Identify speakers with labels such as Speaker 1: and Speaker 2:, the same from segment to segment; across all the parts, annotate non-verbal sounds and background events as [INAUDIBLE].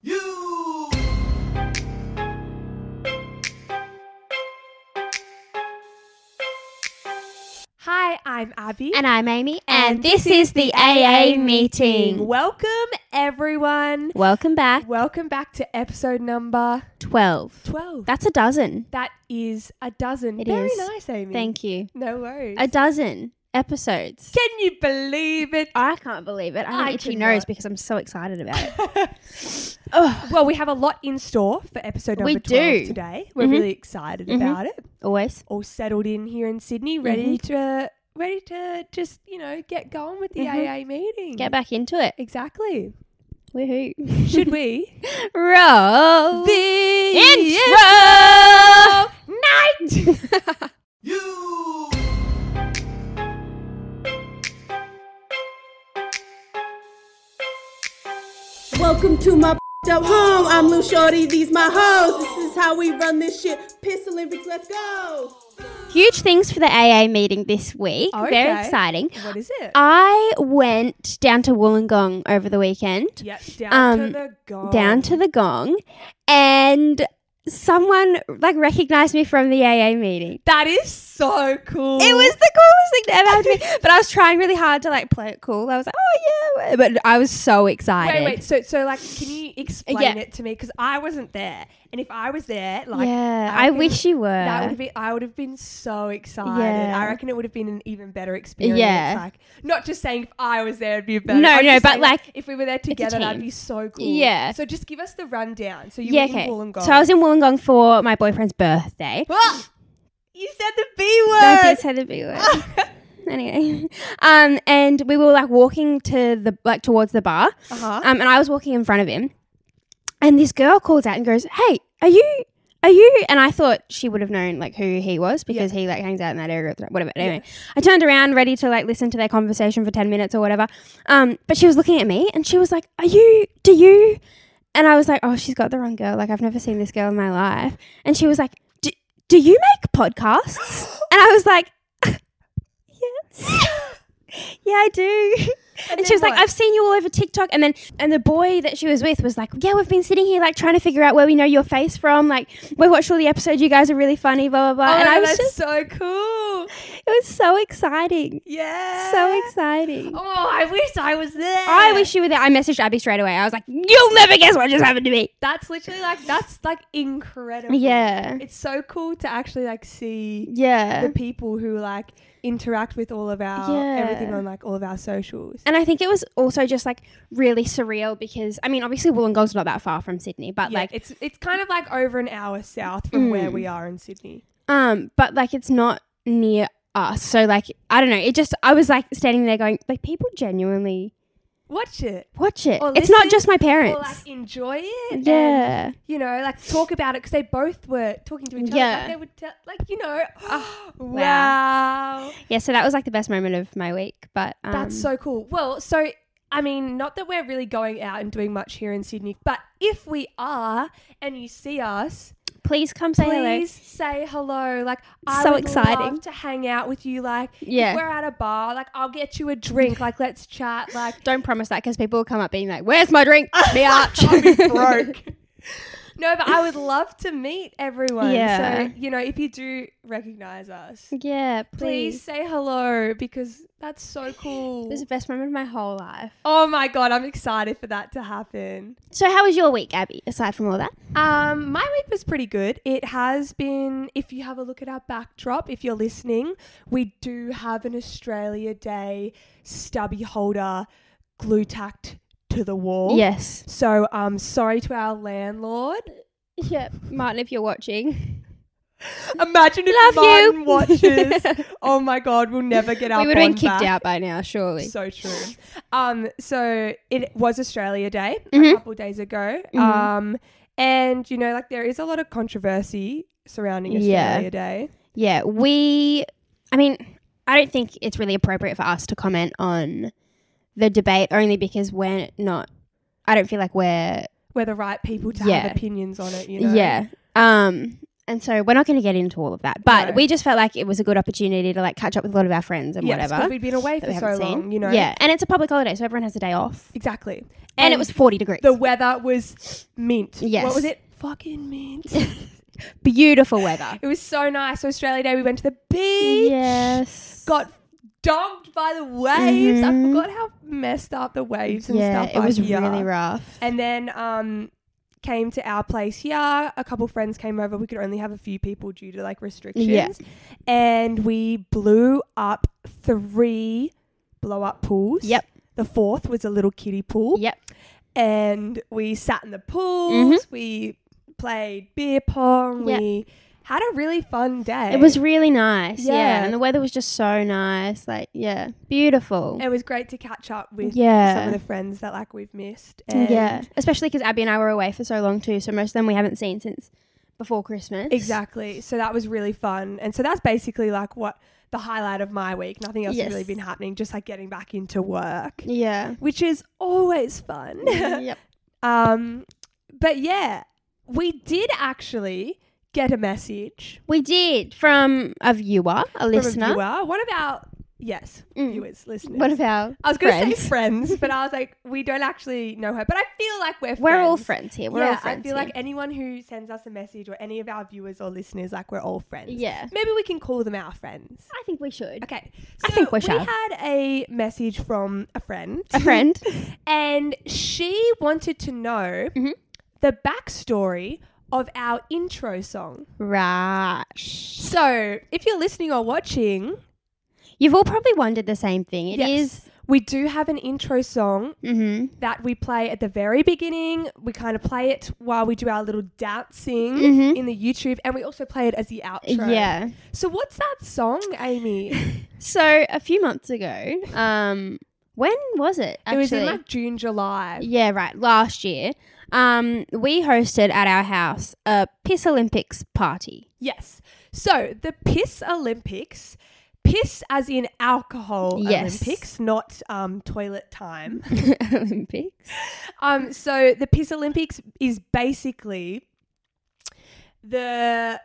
Speaker 1: You.
Speaker 2: Hi, I'm Abby.
Speaker 3: And I'm Amy, and, this is the AA meeting.
Speaker 2: Welcome, everyone.
Speaker 3: Welcome back.
Speaker 2: Welcome back to episode number
Speaker 3: 12.
Speaker 2: 12.
Speaker 3: That's a dozen.
Speaker 2: that is a dozen.
Speaker 3: It
Speaker 2: Very
Speaker 3: is.
Speaker 2: nice, Amy.
Speaker 3: Thank you.
Speaker 2: No worries.
Speaker 3: A dozen episodes.
Speaker 2: Can you believe
Speaker 3: [SIGHS]
Speaker 2: it?
Speaker 3: I can't believe it. I have
Speaker 2: I
Speaker 3: an itchy
Speaker 2: could
Speaker 3: nose
Speaker 2: not.
Speaker 3: because I'm so excited about it.
Speaker 2: well, we have a lot in store for episode number
Speaker 3: We
Speaker 2: 12
Speaker 3: do.
Speaker 2: today. We're
Speaker 3: Mhm.
Speaker 2: really excited about it.
Speaker 3: [LAUGHS] Always.
Speaker 2: All settled in here in
Speaker 3: Mm-hmm.
Speaker 2: Sydney, ready to ready to just, you know, get going with the AA meeting.
Speaker 3: Mm-hmm. Get back into it. [LAUGHS]
Speaker 2: Exactly.
Speaker 3: Woohoo.
Speaker 2: Should we?
Speaker 3: [LAUGHS] Roll the intro [LAUGHS] night.
Speaker 1: You.
Speaker 4: Welcome to my up home. I'm Lou Shorty. These my hoes. This is how we run this shit. Piss Olympics. Let's go.
Speaker 3: Huge things for the AA meeting this week. Very
Speaker 2: Okay.
Speaker 3: exciting.
Speaker 2: What is it?
Speaker 3: Uh, I went down to Wollongong over the weekend.
Speaker 2: yep, down
Speaker 3: um,
Speaker 2: to the gong.
Speaker 3: down to the gong and someone like recognized me from the AA meeting.
Speaker 2: That is so cool.
Speaker 3: It was the coolest thing that ever happened to me. But I was trying really hard to like play it cool. I was like, oh yeah. But I was so excited.
Speaker 2: Wait, wait. So, so like, can you explain
Speaker 3: Yeah.
Speaker 2: it to me? Because I wasn't there, and if I was there, like,
Speaker 3: yeah,
Speaker 2: I
Speaker 3: I,
Speaker 2: reckon
Speaker 3: wish you were.
Speaker 2: that would have been. I would have been so excited.
Speaker 3: Yeah.
Speaker 2: I reckon it would have been an even better experience.
Speaker 3: Yeah.
Speaker 2: Like, not just saying if I was there, it'd be better.
Speaker 3: No,
Speaker 2: I'm
Speaker 3: no,
Speaker 2: just
Speaker 3: but
Speaker 2: saying,
Speaker 3: like,
Speaker 2: if we were there together, that'd
Speaker 3: team.
Speaker 2: be so cool.
Speaker 3: Yeah.
Speaker 2: So just give us the rundown. So you
Speaker 3: yeah,
Speaker 2: were in
Speaker 3: okay.
Speaker 2: Wollongong.
Speaker 3: So I was in Wollongong for my boyfriend's birthday.
Speaker 2: Ah! [GASPS] you said the B
Speaker 3: That
Speaker 2: word.
Speaker 3: did say the B word. [LAUGHS] anyway, um, and we were like walking to the like towards the bar,
Speaker 2: Uh-huh.
Speaker 3: um, and I was walking in front of him, and this girl calls out and goes, "Hey, are you?" Are you? And I thought she would have known like who he was because he like hangs out in that area, whatever. Anyway, I turned around ready to like listen to their conversation for ten minutes or whatever. Um, but she was looking at me and she was like, "Are you? Do you?" And I was like, "Oh, she's got the wrong girl. Like I've never seen this girl in my life." And she was like, "Do, do you make podcasts?"
Speaker 2: [LAUGHS]
Speaker 3: and I was like, [LAUGHS] "Yes." Yeah, I do. And, she
Speaker 2: then
Speaker 3: was like,
Speaker 2: what?
Speaker 3: I've seen you all over TikTok. And then, and the boy that she was with was like, Yeah, we've been sitting here, like, trying to figure out where we know your face from. Like, we've watched all the episodes. You guys are really funny, blah, blah, blah.
Speaker 2: oh,
Speaker 3: and I was
Speaker 2: that's
Speaker 3: just,
Speaker 2: so cool.
Speaker 3: it was so exciting.
Speaker 2: Yeah.
Speaker 3: So exciting.
Speaker 2: Oh, I wish I was there.
Speaker 3: I wish you were there. I messaged Abby straight away. I was like, You'll never guess what just happened to me.
Speaker 2: That's literally like that's like incredible.
Speaker 3: Yeah.
Speaker 2: It's so cool to actually like see
Speaker 3: Yeah.
Speaker 2: the people who like interact with all of our everything
Speaker 3: Yeah.
Speaker 2: on like all of our socials.
Speaker 3: And I think it was also just like really surreal because, I mean, obviously Wollongong's not that far from Sydney, but
Speaker 2: yeah,
Speaker 3: like,
Speaker 2: it's it's kind of like over an hour south from where
Speaker 3: Mm.
Speaker 2: we are in Sydney.
Speaker 3: Um, but like it's not near us. So like I don't know. It just I was like standing there going, like people genuinely
Speaker 2: Watch it.
Speaker 3: watch it.
Speaker 2: Or
Speaker 3: it's not
Speaker 2: listen,
Speaker 3: just my
Speaker 2: Or like
Speaker 3: parents.
Speaker 2: enjoy it. and,
Speaker 3: yeah.
Speaker 2: you know, like talk about it because they both were talking to each other.
Speaker 3: Yeah.
Speaker 2: Like they would tell, like you know, [GASPS] wow.
Speaker 3: Yeah, so that was like the best moment of my week. But um,
Speaker 2: That's so cool. Well, so I mean, not that we're really going out and doing much here in Sydney, but if we are and you see us,
Speaker 3: please come say
Speaker 2: please say hello. Like I
Speaker 3: So
Speaker 2: would
Speaker 3: exciting.
Speaker 2: love to hang out with you. Like
Speaker 3: Yeah.
Speaker 2: if we're at a bar, like I'll get you a drink. Like let's chat. Like
Speaker 3: hello. Don't promise that because people will come up being like, "Where's
Speaker 2: [LAUGHS]
Speaker 3: my drink?" Biatch.
Speaker 2: I'll be broke. no, but I would love to meet everyone.
Speaker 3: Yeah.
Speaker 2: So you know, if you do recognize us, please,
Speaker 3: [LAUGHS] yeah, please.
Speaker 2: say hello because that's so cool.
Speaker 3: It was the best moment of my whole life.
Speaker 2: Oh my god, I'm excited for that to happen.
Speaker 3: So, how was your week, Abby? Aside from all that,
Speaker 2: Um, my week was pretty good. It has been, if you have a look at our backdrop, if you're listening, we do have an Australia Day stubby holder glue tacked to the wall.
Speaker 3: yes, [LAUGHS]
Speaker 2: So, um, sorry to our landlord.
Speaker 3: yeah, Martin, if you're watching,
Speaker 2: Imagine if
Speaker 3: Love
Speaker 2: Martin
Speaker 3: you. [LAUGHS]
Speaker 2: watches. oh my god, we'll never get our
Speaker 3: we would have been
Speaker 2: bond
Speaker 3: kicked
Speaker 2: back.
Speaker 3: out by now, surely.
Speaker 2: So true. Um, so it was Australia Day a
Speaker 3: Mhm.
Speaker 2: couple days ago.
Speaker 3: Mm-hmm.
Speaker 2: Um, and you know, like there is a lot of controversy surrounding
Speaker 3: Yeah.
Speaker 2: Australia Day.
Speaker 3: yeah, we. I mean, I don't think it's really appropriate for us to comment on the debate only because we're not. I don't feel like we're.
Speaker 2: We're the right people to
Speaker 3: Yeah.
Speaker 2: have opinions on it. You know.
Speaker 3: Yeah. Um. And so we're not going to get into all of that, but
Speaker 2: No.
Speaker 3: we just felt like it was a good opportunity to like catch up with a lot of our friends and
Speaker 2: Yes, 'cause
Speaker 3: whatever.
Speaker 2: we've been away
Speaker 3: that
Speaker 2: for
Speaker 3: we
Speaker 2: so
Speaker 3: haven't
Speaker 2: long.
Speaker 3: seen.
Speaker 2: You know.
Speaker 3: Yeah, and it's a public holiday, so everyone has a day off.
Speaker 2: Exactly.
Speaker 3: And, it was forty degrees.
Speaker 2: The weather was mint. What
Speaker 3: Yes.
Speaker 2: was it? Fucking mint.
Speaker 3: beautiful weather.
Speaker 2: it was so nice. So Australia Day, we went to the [LAUGHS] beach.
Speaker 3: Yes.
Speaker 2: Got dumped by the waves. I
Speaker 3: Mhm.
Speaker 2: forgot how messed up the waves and
Speaker 3: yeah,
Speaker 2: stuff
Speaker 3: it
Speaker 2: are
Speaker 3: was
Speaker 2: here.
Speaker 3: really rough.
Speaker 2: And then um, came to our place here. A couple friends came over. We could only have a few people due to like restrictions. And we blew up three blow up pools.
Speaker 3: Yep.
Speaker 2: The fourth was a little kiddie pool.
Speaker 3: Yep.
Speaker 2: And we sat in the pools.
Speaker 3: Mm-hmm.
Speaker 2: We played beer pong.
Speaker 3: Yeah.
Speaker 2: We had a really fun day.
Speaker 3: It was really nice. Yeah.
Speaker 2: Yeah.
Speaker 3: And the weather was just so nice. Like, yeah. Beautiful.
Speaker 2: It was great to catch up with
Speaker 3: Yeah.
Speaker 2: some of the friends that like we've missed. And
Speaker 3: yeah. Especially because Abby and I were away for so long, too. So most of them we haven't seen since before Christmas.
Speaker 2: Exactly. So that was really fun. And so that's basically like what the highlight of my week. Nothing else has really
Speaker 3: Yes.
Speaker 2: been happening, just like getting back into work, [LAUGHS]
Speaker 3: Yeah.
Speaker 2: which is always fun.
Speaker 3: yep.
Speaker 2: [LAUGHS] um, but yeah, we did actually get a message
Speaker 3: We did from a viewer, a listener.
Speaker 2: from a viewer. One of our, yes,
Speaker 3: Mm.
Speaker 2: viewers, listeners.
Speaker 3: One of our
Speaker 2: I was going to
Speaker 3: friends.
Speaker 2: say friends, but I was like, we don't actually know her. But I feel like we're friends.
Speaker 3: We're all friends here. We're
Speaker 2: yeah,
Speaker 3: all friends.
Speaker 2: I feel
Speaker 3: here.
Speaker 2: like anyone who sends us a message or any of our viewers or listeners, like we're all friends.
Speaker 3: Yeah.
Speaker 2: Maybe we can call them our friends.
Speaker 3: I think we should.
Speaker 2: Okay. So
Speaker 3: I think we
Speaker 2: we
Speaker 3: shall.
Speaker 2: had a message from a friend, [LAUGHS]
Speaker 3: A friend.
Speaker 2: and she wanted to know
Speaker 3: Mhm.
Speaker 2: the backstory of our intro song.
Speaker 3: right.
Speaker 2: So, if you're listening or watching,
Speaker 3: You've all probably wondered the same thing. It
Speaker 2: Yes.
Speaker 3: is-
Speaker 2: we do have an intro song
Speaker 3: Mm-hmm.
Speaker 2: that we play at the very beginning. We kind of play it while we do our little dancing
Speaker 3: Mhm.
Speaker 2: in the YouTube, and we also play it as the outro.
Speaker 3: Yeah.
Speaker 2: So, what's that song, Amy?
Speaker 3: So a few months ago, um, when was
Speaker 2: [LAUGHS]
Speaker 3: it?
Speaker 2: it
Speaker 3: Actually,
Speaker 2: was in like June, July.
Speaker 3: yeah, right, last year. Um, we hosted at our house a Piss Olympics
Speaker 2: [LAUGHS]
Speaker 3: party.
Speaker 2: Yes. So the Piss Olympics, piss as in alcohol
Speaker 3: Yes.
Speaker 2: Olympics, not um, toilet time.
Speaker 3: Olympics.
Speaker 2: um, so the Piss Olympics is basically the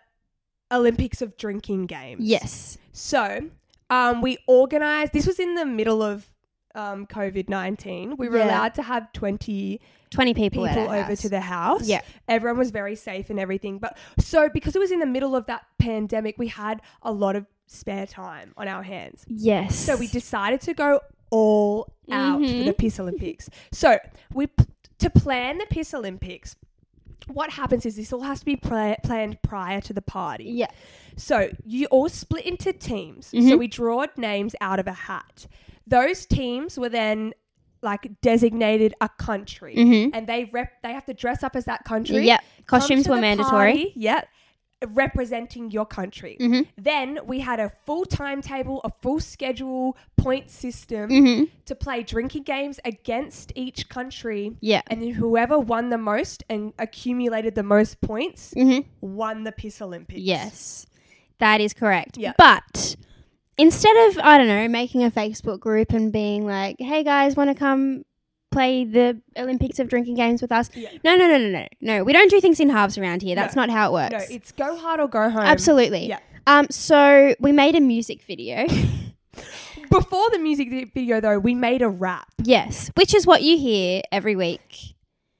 Speaker 2: Olympics of drinking games.
Speaker 3: Yes.
Speaker 2: So um, we organized, this was in the middle of um, COVID 19. We were
Speaker 3: Yeah.
Speaker 2: allowed to have 20
Speaker 3: Twenty people,
Speaker 2: people
Speaker 3: at our
Speaker 2: over
Speaker 3: house.
Speaker 2: to the house.
Speaker 3: Yeah.
Speaker 2: Everyone was very safe and everything. But so because it was in the middle of that pandemic, we had a lot of spare time on our hands.
Speaker 3: Yes.
Speaker 2: So we decided to go all out for
Speaker 3: Mhm.
Speaker 2: the Piss Olympics. so we p- to plan the Piss Olympics, what happens is this all has to be pla- planned prior to the party.
Speaker 3: Yeah.
Speaker 2: So you all split into teams. So
Speaker 3: Mhm.
Speaker 2: we drawed names out of a hat. Those teams were then like designated a country,
Speaker 3: Mhm.
Speaker 2: and they rep they have to dress up as that country.
Speaker 3: Yep.
Speaker 2: come
Speaker 3: Costumes
Speaker 2: to
Speaker 3: were
Speaker 2: the
Speaker 3: mandatory.
Speaker 2: party, Yep. Representing your country.
Speaker 3: Mhm.
Speaker 2: Then we had a full timetable, a full schedule, point system
Speaker 3: Mhm.
Speaker 2: to play drinking games against each country.
Speaker 3: Yeah.
Speaker 2: And then whoever won the most and accumulated the most points
Speaker 3: Mhm.
Speaker 2: won the Piss Olympics.
Speaker 3: Yes. That is correct.
Speaker 2: Yeah.
Speaker 3: But instead of, I don't know, making a Facebook group and being like, hey guys, want to come play the Olympics of drinking games with us?
Speaker 2: Yeah.
Speaker 3: No, no, no, no, no. No, we don't do things in halves around here. That's not how it
Speaker 2: No,
Speaker 3: works.
Speaker 2: it's go hard or go home.
Speaker 3: Absolutely.
Speaker 2: Yeah.
Speaker 3: Um, so we made a music video.
Speaker 2: Before the music vi- video, though, we made a rap
Speaker 3: yes. Which is what you hear every week.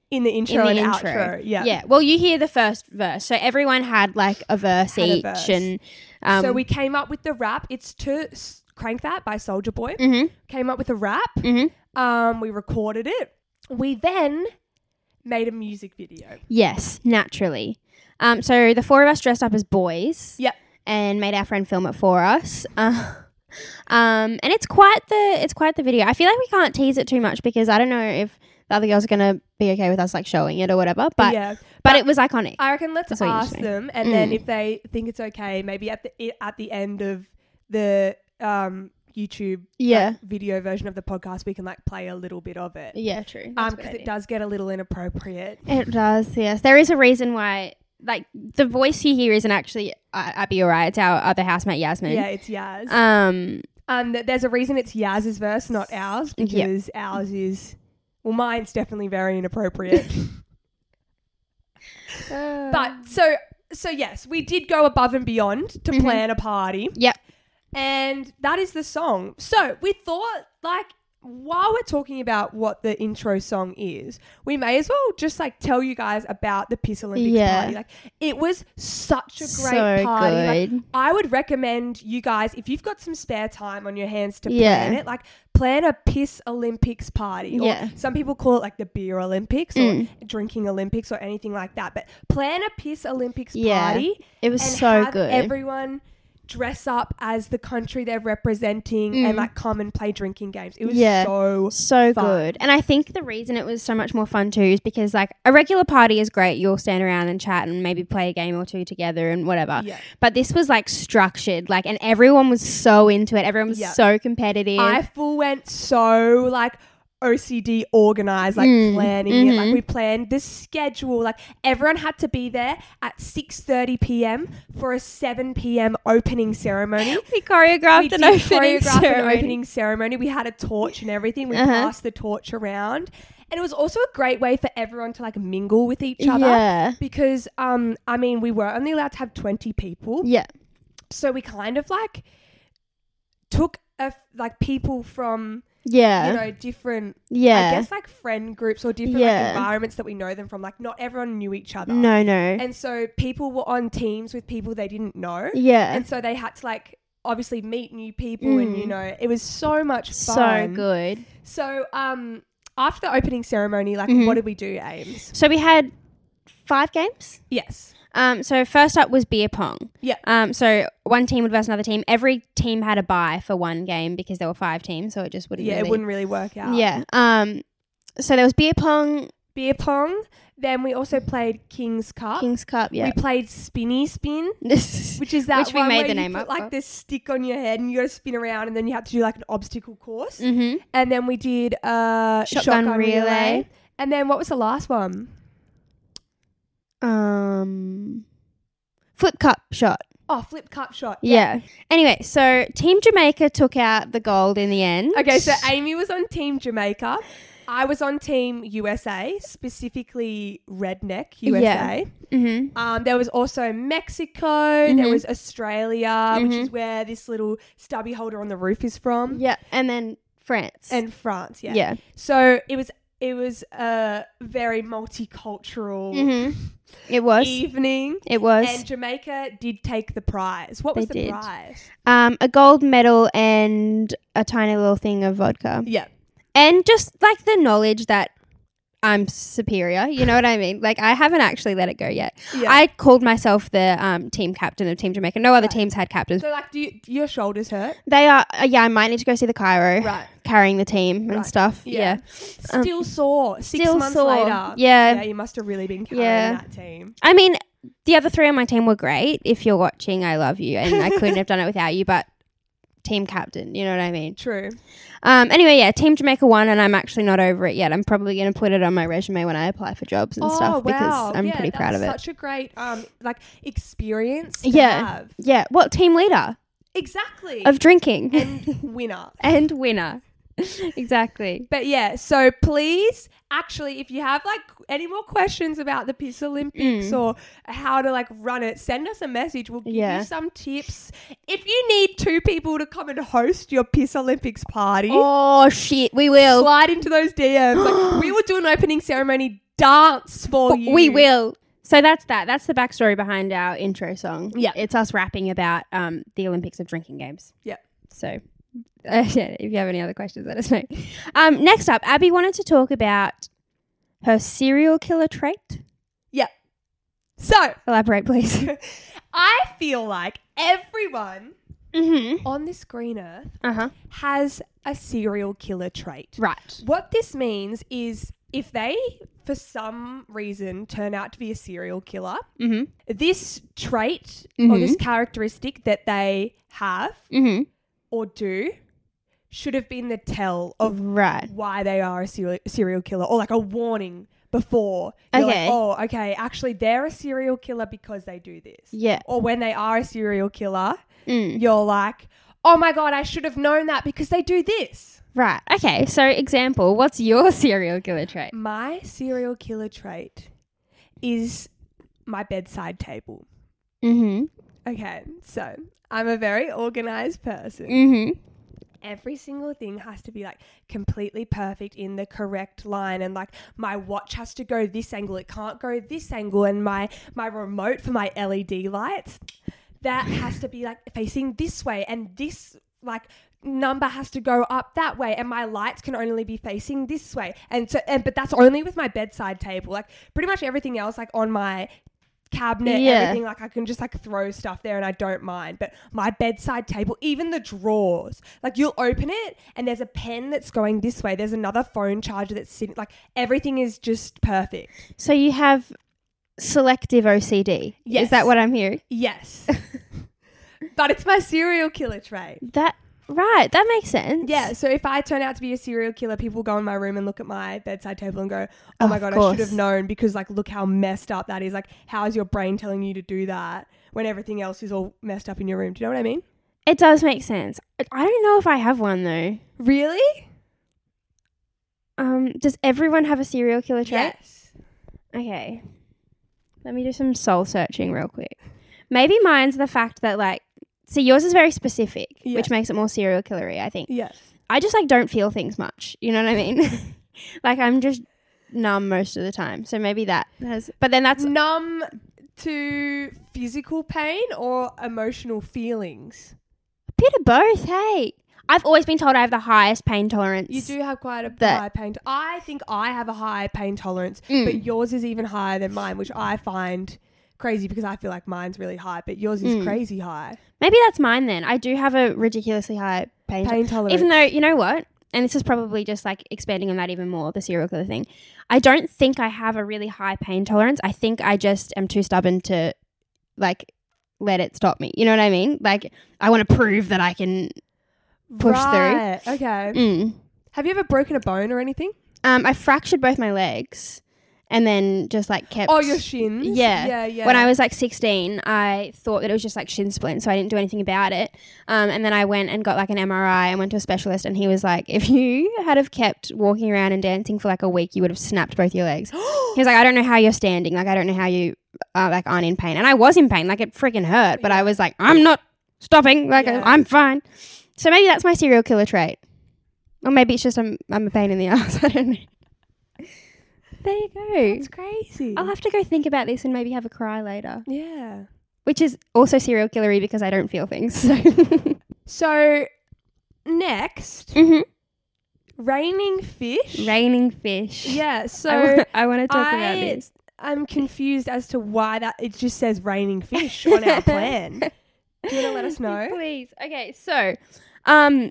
Speaker 2: in the intro
Speaker 3: in the
Speaker 2: and
Speaker 3: intro.
Speaker 2: outro. Yeah.
Speaker 3: Yeah. Well, you hear the first verse. So everyone had like a verse
Speaker 2: Had a
Speaker 3: each,
Speaker 2: verse.
Speaker 3: and um,
Speaker 2: so we came up with the rap. It's to S- crank that by Soldier Boy.
Speaker 3: Mhm.
Speaker 2: Came up with a rap.
Speaker 3: Mhm.
Speaker 2: Um, we recorded it. We then made a music video.
Speaker 3: Yes, naturally. Um, so the four of us dressed up as boys.
Speaker 2: Yep.
Speaker 3: And made our friend film it for us. [LAUGHS] Uh, um, and it's quite the it's quite the video. I feel like we can't tease it too much because I don't know if the other girls are gonna be okay with us like showing it or whatever. But
Speaker 2: yeah.
Speaker 3: but it was iconic.
Speaker 2: I reckon let's
Speaker 3: That's what you
Speaker 2: ask
Speaker 3: say.
Speaker 2: them, and then
Speaker 3: Mm.
Speaker 2: if they think it's okay, maybe at the i- at the end of the um, YouTube like,
Speaker 3: Yeah.
Speaker 2: video version of the podcast, we can like play a little bit of it
Speaker 3: yeah, true.
Speaker 2: because
Speaker 3: That's a good
Speaker 2: Um, it
Speaker 3: idea.
Speaker 2: does get a little inappropriate.
Speaker 3: It does, yes. There is a reason why, like, the voice you hear isn't actually I- Abby or I. It's our other housemate, Yasmin.
Speaker 2: Yeah, it's Yaz. Um,
Speaker 3: Um,
Speaker 2: th- there's a reason it's Yaz's verse, not ours,
Speaker 3: Yep.
Speaker 2: because ours is well, mine's definitely very inappropriate. but so so yes, we did go above and beyond to plan a party.
Speaker 3: yep.
Speaker 2: And that is the song. So we thought, like, while we're talking about what the intro song is, we may as well just like tell you guys about the Piss Olympics
Speaker 3: Yeah.
Speaker 2: party. Like, it was such a great
Speaker 3: So
Speaker 2: party. Like,
Speaker 3: good.
Speaker 2: I would recommend you guys, if you've got some spare time on your hands to
Speaker 3: Yeah.
Speaker 2: plan it, like plan a piss Olympics party. Or
Speaker 3: Yeah. Mm.
Speaker 2: Some people call it like the beer Olympics or drinking Olympics or anything like that. But plan a piss Olympics
Speaker 3: Yeah.
Speaker 2: party
Speaker 3: It was
Speaker 2: and
Speaker 3: so
Speaker 2: have
Speaker 3: good.
Speaker 2: Everyone dress up as the country they're representing and like come and play drinking games. It was
Speaker 3: Mm. Yeah.
Speaker 2: so
Speaker 3: so
Speaker 2: fun.
Speaker 3: good. And I think the reason it was so much more fun too is because like a regular party is great. You'll stand around and chat and maybe play a game or two together and whatever.
Speaker 2: Yeah.
Speaker 3: But this was like structured, like, and everyone was so into it. Everyone was
Speaker 2: Yeah.
Speaker 3: so competitive.
Speaker 2: I full went so like OCD organized, like
Speaker 3: Mm,
Speaker 2: planning it.
Speaker 3: mm-hmm.
Speaker 2: Like we planned the schedule. Like everyone had to be there at six thirty p.m. for a seven p.m. opening ceremony.
Speaker 3: we choreographed
Speaker 2: we
Speaker 3: an
Speaker 2: did
Speaker 3: opening
Speaker 2: choreograph
Speaker 3: ceremony.
Speaker 2: an opening ceremony. We had a torch and everything. We
Speaker 3: Uh-huh.
Speaker 2: passed the torch around. And it was also a great way for everyone to like mingle with each other.
Speaker 3: Yeah.
Speaker 2: Because um I mean we were only allowed to have 20 people.
Speaker 3: Yeah.
Speaker 2: So we kind of like took a, f- like people from
Speaker 3: Yeah.
Speaker 2: you know different
Speaker 3: yeah.
Speaker 2: I guess like friend groups or different
Speaker 3: Yeah.
Speaker 2: like environments that we know them from. Like not everyone knew each other.
Speaker 3: no, no.
Speaker 2: And so people were on teams with people they didn't know.
Speaker 3: yeah.
Speaker 2: And so they had to like obviously meet new people and you
Speaker 3: Mm.
Speaker 2: know it was so much
Speaker 3: so
Speaker 2: fun.
Speaker 3: good.
Speaker 2: So um after the opening ceremony, like
Speaker 3: Mhm.
Speaker 2: what did we do, Ames?
Speaker 3: So we had five games.
Speaker 2: Yes.
Speaker 3: Um, so first up was beer pong.
Speaker 2: Yeah.
Speaker 3: Um, so one team would versus another team. Every team had a bye for one game because there were five teams, so it just wouldn't.
Speaker 2: Yeah,
Speaker 3: really-
Speaker 2: it wouldn't really work out.
Speaker 3: Yeah. Um, so there was beer pong,
Speaker 2: Beer pong. Then we also played King's Cup.
Speaker 3: Kings Cup. Yeah.
Speaker 2: We played Spinny Spin.
Speaker 3: [LAUGHS] This
Speaker 2: Which is that
Speaker 3: Which we
Speaker 2: one
Speaker 3: made
Speaker 2: where
Speaker 3: the
Speaker 2: you
Speaker 3: name
Speaker 2: put,
Speaker 3: up
Speaker 2: like
Speaker 3: of.
Speaker 2: this stick on your head and you got to spin around and then you have to do like an obstacle course.
Speaker 3: mm-hmm.
Speaker 2: And then we did uh,
Speaker 3: Shotgun relay.
Speaker 2: And then what was the last one?
Speaker 3: Um, flip cup shot.
Speaker 2: Oh, flip cup shot.
Speaker 3: Yeah. Anyway, so Team Jamaica took out the gold in the end.
Speaker 2: Okay, so Amy was on Team Jamaica. I was on Team USA, specifically Redneck USA.
Speaker 3: hmm
Speaker 2: Um, there was also Mexico.
Speaker 3: Mm-hmm.
Speaker 2: There was Australia, which is where this little stubby holder on the roof is from,
Speaker 3: Yeah, and then France.
Speaker 2: and France. Yeah.
Speaker 3: yeah.
Speaker 2: So it was it was a very multicultural
Speaker 3: Mm-hmm. It was.
Speaker 2: evening.
Speaker 3: It was.
Speaker 2: E And Jamaica did take the prize. What was the
Speaker 3: They did.
Speaker 2: prize?
Speaker 3: Um, a gold medal and a tiny little thing of vodka.
Speaker 2: Yeah.
Speaker 3: And just like the knowledge that I'm superior, you know what I mean? Like I haven't actually let it go yet.
Speaker 2: Yeah.
Speaker 3: I called myself the um, team captain of Team Jamaica. No other teams had captains.
Speaker 2: So like, do, you, do your shoulders
Speaker 3: [LAUGHS]
Speaker 2: hurt?
Speaker 3: they are uh, yeah, I might need to go see the Cairo
Speaker 2: Right.
Speaker 3: carrying the team and
Speaker 2: Right.
Speaker 3: stuff. Yeah. Um,
Speaker 2: Still sore. Six
Speaker 3: still
Speaker 2: months
Speaker 3: sore.
Speaker 2: later.
Speaker 3: Yeah.
Speaker 2: Yeah, you must have really been carrying
Speaker 3: Yeah.
Speaker 2: that team.
Speaker 3: I mean, the other three on my team were great. If you're watching, I love you and
Speaker 2: [LAUGHS]
Speaker 3: I couldn't have done it without you, but team captain, you know what I mean?
Speaker 2: True.
Speaker 3: Um, anyway, yeah, Team Jamaica won, and I'm actually not over it yet. I'm probably going to put it on my resume when I apply for jobs and stuff because I'm
Speaker 2: Oh, Yeah,
Speaker 3: pretty
Speaker 2: that
Speaker 3: proud
Speaker 2: was
Speaker 3: of it.
Speaker 2: Such a great um like experience. To
Speaker 3: Yeah,
Speaker 2: Have.
Speaker 3: yeah. What team leader
Speaker 2: Exactly.
Speaker 3: of [LAUGHS] drinking and,
Speaker 2: and winner.
Speaker 3: winner? [LAUGHS] exactly.
Speaker 2: But yeah, so please, actually, if you have like any more questions about the Piss Olympics
Speaker 3: Mm.
Speaker 2: or how to like run it, send us a message. We'll give
Speaker 3: Yeah.
Speaker 2: you some tips. If you need two people to come and host your Piss Olympics party,
Speaker 3: Oh shit, we will.
Speaker 2: slide into those DMs.
Speaker 3: [GASPS]
Speaker 2: Like, we will do an opening ceremony dance for you.
Speaker 3: Oh, We will. So that's that. That's the backstory behind our intro song.
Speaker 2: Yeah.
Speaker 3: it's us rapping about um, the Olympics of drinking games.
Speaker 2: Yeah.
Speaker 3: So. [LAUGHS] Uh, yeah, if you have any other questions, let us know. Um, next up, Abby wanted to talk about her serial killer trait.
Speaker 2: So
Speaker 3: Elaborate, please. [LAUGHS]
Speaker 2: I feel like everyone
Speaker 3: mm-hmm.
Speaker 2: on this green earth
Speaker 3: Uh huh.
Speaker 2: has a serial killer trait.
Speaker 3: Right.
Speaker 2: What this means is if they, for some reason, turn out to be a serial killer,
Speaker 3: Mm-hmm.
Speaker 2: this trait or this characteristic that they have
Speaker 3: Mhm.
Speaker 2: or do should have been the tell of
Speaker 3: Right.
Speaker 2: why they are a serial, serial killer or like a warning before. You're
Speaker 3: Okay.
Speaker 2: Like, oh, okay. Actually, they're a serial killer because they do this.
Speaker 3: Yeah.
Speaker 2: Or when they are a serial killer,
Speaker 3: Mm.
Speaker 2: you're like, oh my God, I should have known that because they do this.
Speaker 3: Right. Okay. So, example, what's your [LAUGHS] serial killer trait?
Speaker 2: My serial killer trait is my bedside table.
Speaker 3: Mm
Speaker 2: Okay. So I'm a very organized person.
Speaker 3: hmm. Mm
Speaker 2: every single thing has to be like completely perfect in the correct line and like my watch has to go this angle it can't go this angle and my my remote for my led lights that has to be like facing this way and this like number has to go up that way and my lights can only be facing this way and so and but that's only with my bedside table like pretty much everything else like on my cabinet
Speaker 3: Yeah.
Speaker 2: everything like i can just like throw stuff there and i don't mind but my bedside table even the drawers like you'll open it and there's a pen that's going this way there's another phone charger that's sitting like everything is just perfect
Speaker 3: hmm. So, you have selective OCD. Is
Speaker 2: Yes.
Speaker 3: that what I'm hearing?
Speaker 2: yes but it's my serial killer trait
Speaker 3: That, right. That makes sense.
Speaker 2: Yeah, so if I turn out to be a serial killer, people go in my room and look at my bedside table and go, "Oh my
Speaker 3: Of
Speaker 2: god, I
Speaker 3: course.
Speaker 2: should have known because like look how messed up that is. Like how is your brain telling you to do that when everything else is all messed up in your room?" Do you know what I mean?
Speaker 3: It does make sense. I- I don't know if I have one, though.
Speaker 2: Really?
Speaker 3: Um, does everyone have a serial killer trait?
Speaker 2: Yes.
Speaker 3: Okay. Let me do some soul searching real quick. Maybe mine's the fact that like see yours is very specific,
Speaker 2: Yeah.
Speaker 3: which makes it more serial killery, I think.
Speaker 2: Yes.
Speaker 3: I just like don't feel things much. You know what
Speaker 2: [LAUGHS]
Speaker 3: I mean? [LAUGHS] like I'm just numb most of the time. So maybe that has but then
Speaker 2: Mm.
Speaker 3: that's
Speaker 2: Numb to physical pain or emotional feelings.
Speaker 3: a bit of both, hey. I've always been told I have the highest pain tolerance.
Speaker 2: You do have quite a
Speaker 3: That-
Speaker 2: high pain. I think I have a high pain tolerance,
Speaker 3: Mm.
Speaker 2: but yours is even higher than mine, which I find crazy because I feel like mine's really high, but yours is
Speaker 3: Mm.
Speaker 2: crazy high.
Speaker 3: Maybe that's mine then. I do have a ridiculously high pain,
Speaker 2: Pain tolerance.
Speaker 3: Even though, you know what? And this is probably just like expanding on that even more, the serial killer thing. I don't think I have a really high pain tolerance. I think I just am too stubborn to like let it stop me. You know what I mean? Like I want to prove that I can push
Speaker 2: right. Okay.
Speaker 3: through. Mm.
Speaker 2: Have you ever broken a bone or anything?
Speaker 3: Um, I fractured both my legs and then just like kept
Speaker 2: Oh, your shins.
Speaker 3: Yeah.
Speaker 2: Yeah. Yeah.
Speaker 3: When I was like 16, I thought that it was just like shin splint, so I didn't do anything about it. Um, and then I went and got like an MRI and went to a specialist, and he was like, if you had have kept walking around and dancing for like a week, you would have snapped both
Speaker 2: [GASPS]
Speaker 3: your legs. he was like, I don't know how you're standing. Like, I don't know how you uh, like aren't in pain. And I was in pain. Like, it freaking hurt. But I was like, I'm not stopping. Like,
Speaker 2: Yeah.
Speaker 3: I'm fine. So maybe that's my serial killer trait. Or maybe it's just I'm, I'm a pain in the [LAUGHS] ass. I don't know. There you go.
Speaker 2: It's crazy.
Speaker 3: I'll have to go think about this and maybe have a cry later.
Speaker 2: yeah.
Speaker 3: Which is also serial killery because I don't feel things. So.
Speaker 2: So next,
Speaker 3: Mhm.
Speaker 2: raining fish.
Speaker 3: [LAUGHS] Raining fish.
Speaker 2: yeah. So
Speaker 3: [LAUGHS] I wa- I want to talk about
Speaker 2: I-
Speaker 3: this.
Speaker 2: I'm confused as to why that it just says raining fish on our
Speaker 3: [LAUGHS]
Speaker 2: plan. Do you want to let us know?
Speaker 3: Please. Okay, so um,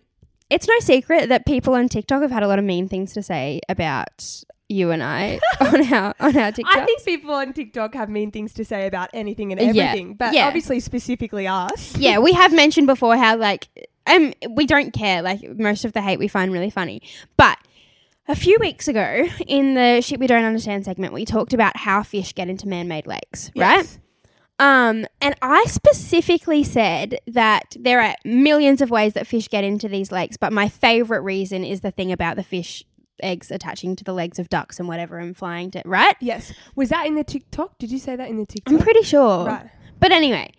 Speaker 3: it's no secret that people on TikTok have had a lot of mean things to say about you and I [LAUGHS] on our on our TikTok.
Speaker 2: I think people on TikTok have mean things to say about anything and
Speaker 3: Yeah.
Speaker 2: everything, but
Speaker 3: Yeah.
Speaker 2: obviously specifically us.
Speaker 3: yeah, we have mentioned before how like um we don't care. Like most of the hate we find really funny, but a few weeks ago in the shit we don't understand segment, we talked about how fish get into man-made lakes, right?
Speaker 2: Yes.
Speaker 3: Um, and I specifically said that there are millions of ways that fish get into these lakes, but my favorite reason is the thing about the fish eggs attaching to the legs of ducks and whatever and flying to right.
Speaker 2: Yes. Was that in the TikTok? Did you say that in the TikTok?
Speaker 3: I'm pretty sure.
Speaker 2: Right.
Speaker 3: But anyway,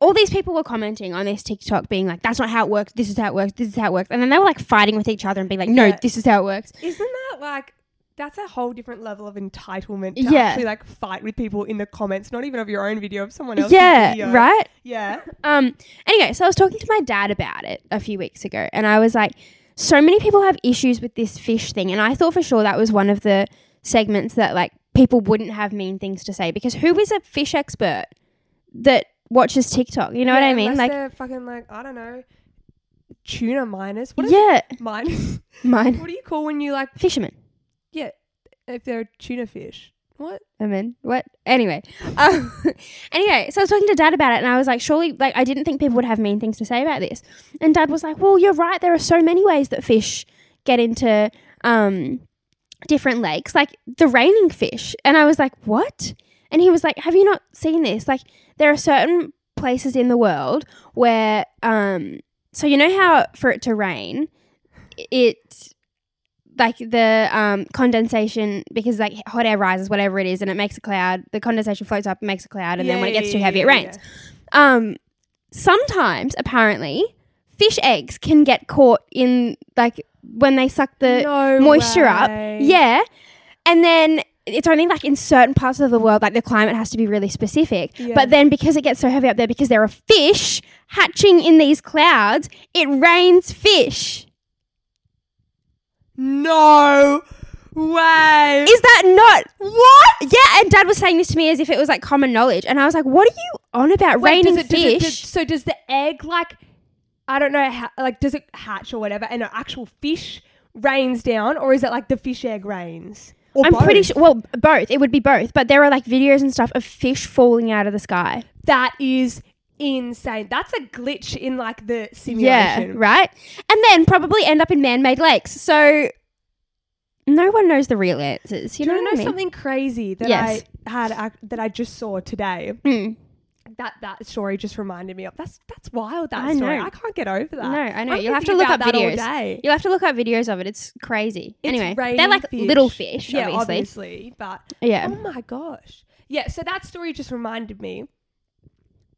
Speaker 3: all these people were commenting on this TikTok being like, that's not how it works, this is how it works, this is how it works. And then they were like fighting with each other and being like, no,
Speaker 2: Yeah.
Speaker 3: this is how it works.
Speaker 2: Isn't that like that's a whole different level of entitlement to
Speaker 3: Yeah.
Speaker 2: actually like fight with people in the comments, not even of your own video, of someone else's video.
Speaker 3: Yeah, right?
Speaker 2: Yeah.
Speaker 3: Um, anyway, so I was talking to my dad about it a few weeks ago, and I was like, so many people have issues with this fish thing, and I thought for sure that was one of the segments that like people wouldn't have mean things to say because who is a fish expert that watches TikTok? You [LAUGHS] know what I mean?
Speaker 2: Like
Speaker 3: Like,
Speaker 2: they're fucking like, I don't know, tuna minus. What is
Speaker 3: yeah,
Speaker 2: minus?
Speaker 3: [LAUGHS] mine
Speaker 2: what do you call when you like
Speaker 3: fisherman.
Speaker 2: yeah if they're tuna fish. What?
Speaker 3: I mean, what? Anyway, um, [LAUGHS] anyway, so I was talking to Dad about it, and I was like, surely, like, I didn't think people would have mean things to say about this. And Dad was like, well, you're right. There are so many ways that fish get into um, different lakes, like the raining fish. And I was like, what? And he was like, have you not seen this? Like, there are certain places in the world where, um, so you know how for it to rain, it like the um, condensation because like hot air rises whatever it is and it makes a cloud the condensation floats up and makes a cloud and then when it
Speaker 2: Yeah,
Speaker 3: gets
Speaker 2: yeah,
Speaker 3: too
Speaker 2: yeah,
Speaker 3: heavy it
Speaker 2: yeah,
Speaker 3: rains um sometimes apparently fish eggs can get caught in like when they suck the
Speaker 2: No
Speaker 3: moisture up
Speaker 2: way.
Speaker 3: yeah and then it's only like in certain parts of the world like the climate has to be really specific
Speaker 2: Yeah.
Speaker 3: but then because it gets so heavy up there because there are fish hatching in these clouds it rains fish
Speaker 2: No way.
Speaker 3: Is that not what? Yeah, and Dad was saying this to me as if it was like common knowledge, and I was like, "What are you on about?
Speaker 2: Wait,
Speaker 3: raining
Speaker 2: does it- does it-
Speaker 3: fish?
Speaker 2: does- so does the egg like? I don't know. How, like, does it hatch or whatever, and an actual fish rains down, or is it like the fish egg rains? Or
Speaker 3: I'm pretty
Speaker 2: both?
Speaker 3: sure. Well, both. It would be both, but there are like videos and stuff of fish falling out of the sky.
Speaker 2: that is insane. That's a glitch in like the
Speaker 3: Yeah,
Speaker 2: simulation.
Speaker 3: right. And then probably end up in man-made lakes. So no one knows the real answers. You
Speaker 2: Do you
Speaker 3: know
Speaker 2: want to
Speaker 3: what I
Speaker 2: know
Speaker 3: mean?
Speaker 2: something crazy that
Speaker 3: Yes.
Speaker 2: I had ac- that I just saw today?
Speaker 3: Mm.
Speaker 2: That that story just reminded me of. That's that's wild. That
Speaker 3: I
Speaker 2: story.
Speaker 3: know.
Speaker 2: I can't get over that.
Speaker 3: No, I know.
Speaker 2: I'm
Speaker 3: You'll have to
Speaker 2: thinking
Speaker 3: look
Speaker 2: about
Speaker 3: up
Speaker 2: that all
Speaker 3: videos.
Speaker 2: day.
Speaker 3: You'll have to look up videos of it. It's crazy.
Speaker 2: It's
Speaker 3: anyway, they're
Speaker 2: raining
Speaker 3: like little fish,
Speaker 2: yeah,
Speaker 3: obviously.
Speaker 2: obviously. But
Speaker 3: Yeah.
Speaker 2: oh my gosh, yeah. So that story just reminded me.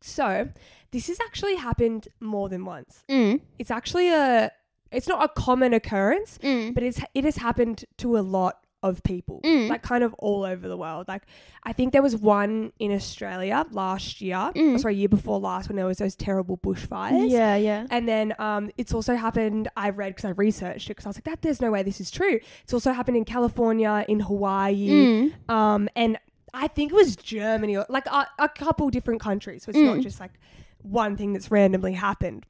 Speaker 2: So this has actually happened more than once.
Speaker 3: Mm,
Speaker 2: It's actually a. It's not a common occurrence,
Speaker 3: mm.
Speaker 2: but it's it has happened to a lot of people,
Speaker 3: Mm.
Speaker 2: like kind of all over the world. Like I think there was one in Australia last year,
Speaker 3: Mm.
Speaker 2: or sorry, year before last, when there was those terrible bushfires.
Speaker 3: yeah.
Speaker 2: And then um, it's also happened. I read because I researched it because I was like, "That there's no way this is true." It's also happened in California, in Hawaii,
Speaker 3: Mm.
Speaker 2: um, and I think it was Germany, or like a, a couple different countries. So it's not
Speaker 3: Mm.
Speaker 2: just like one thing that's randomly happened.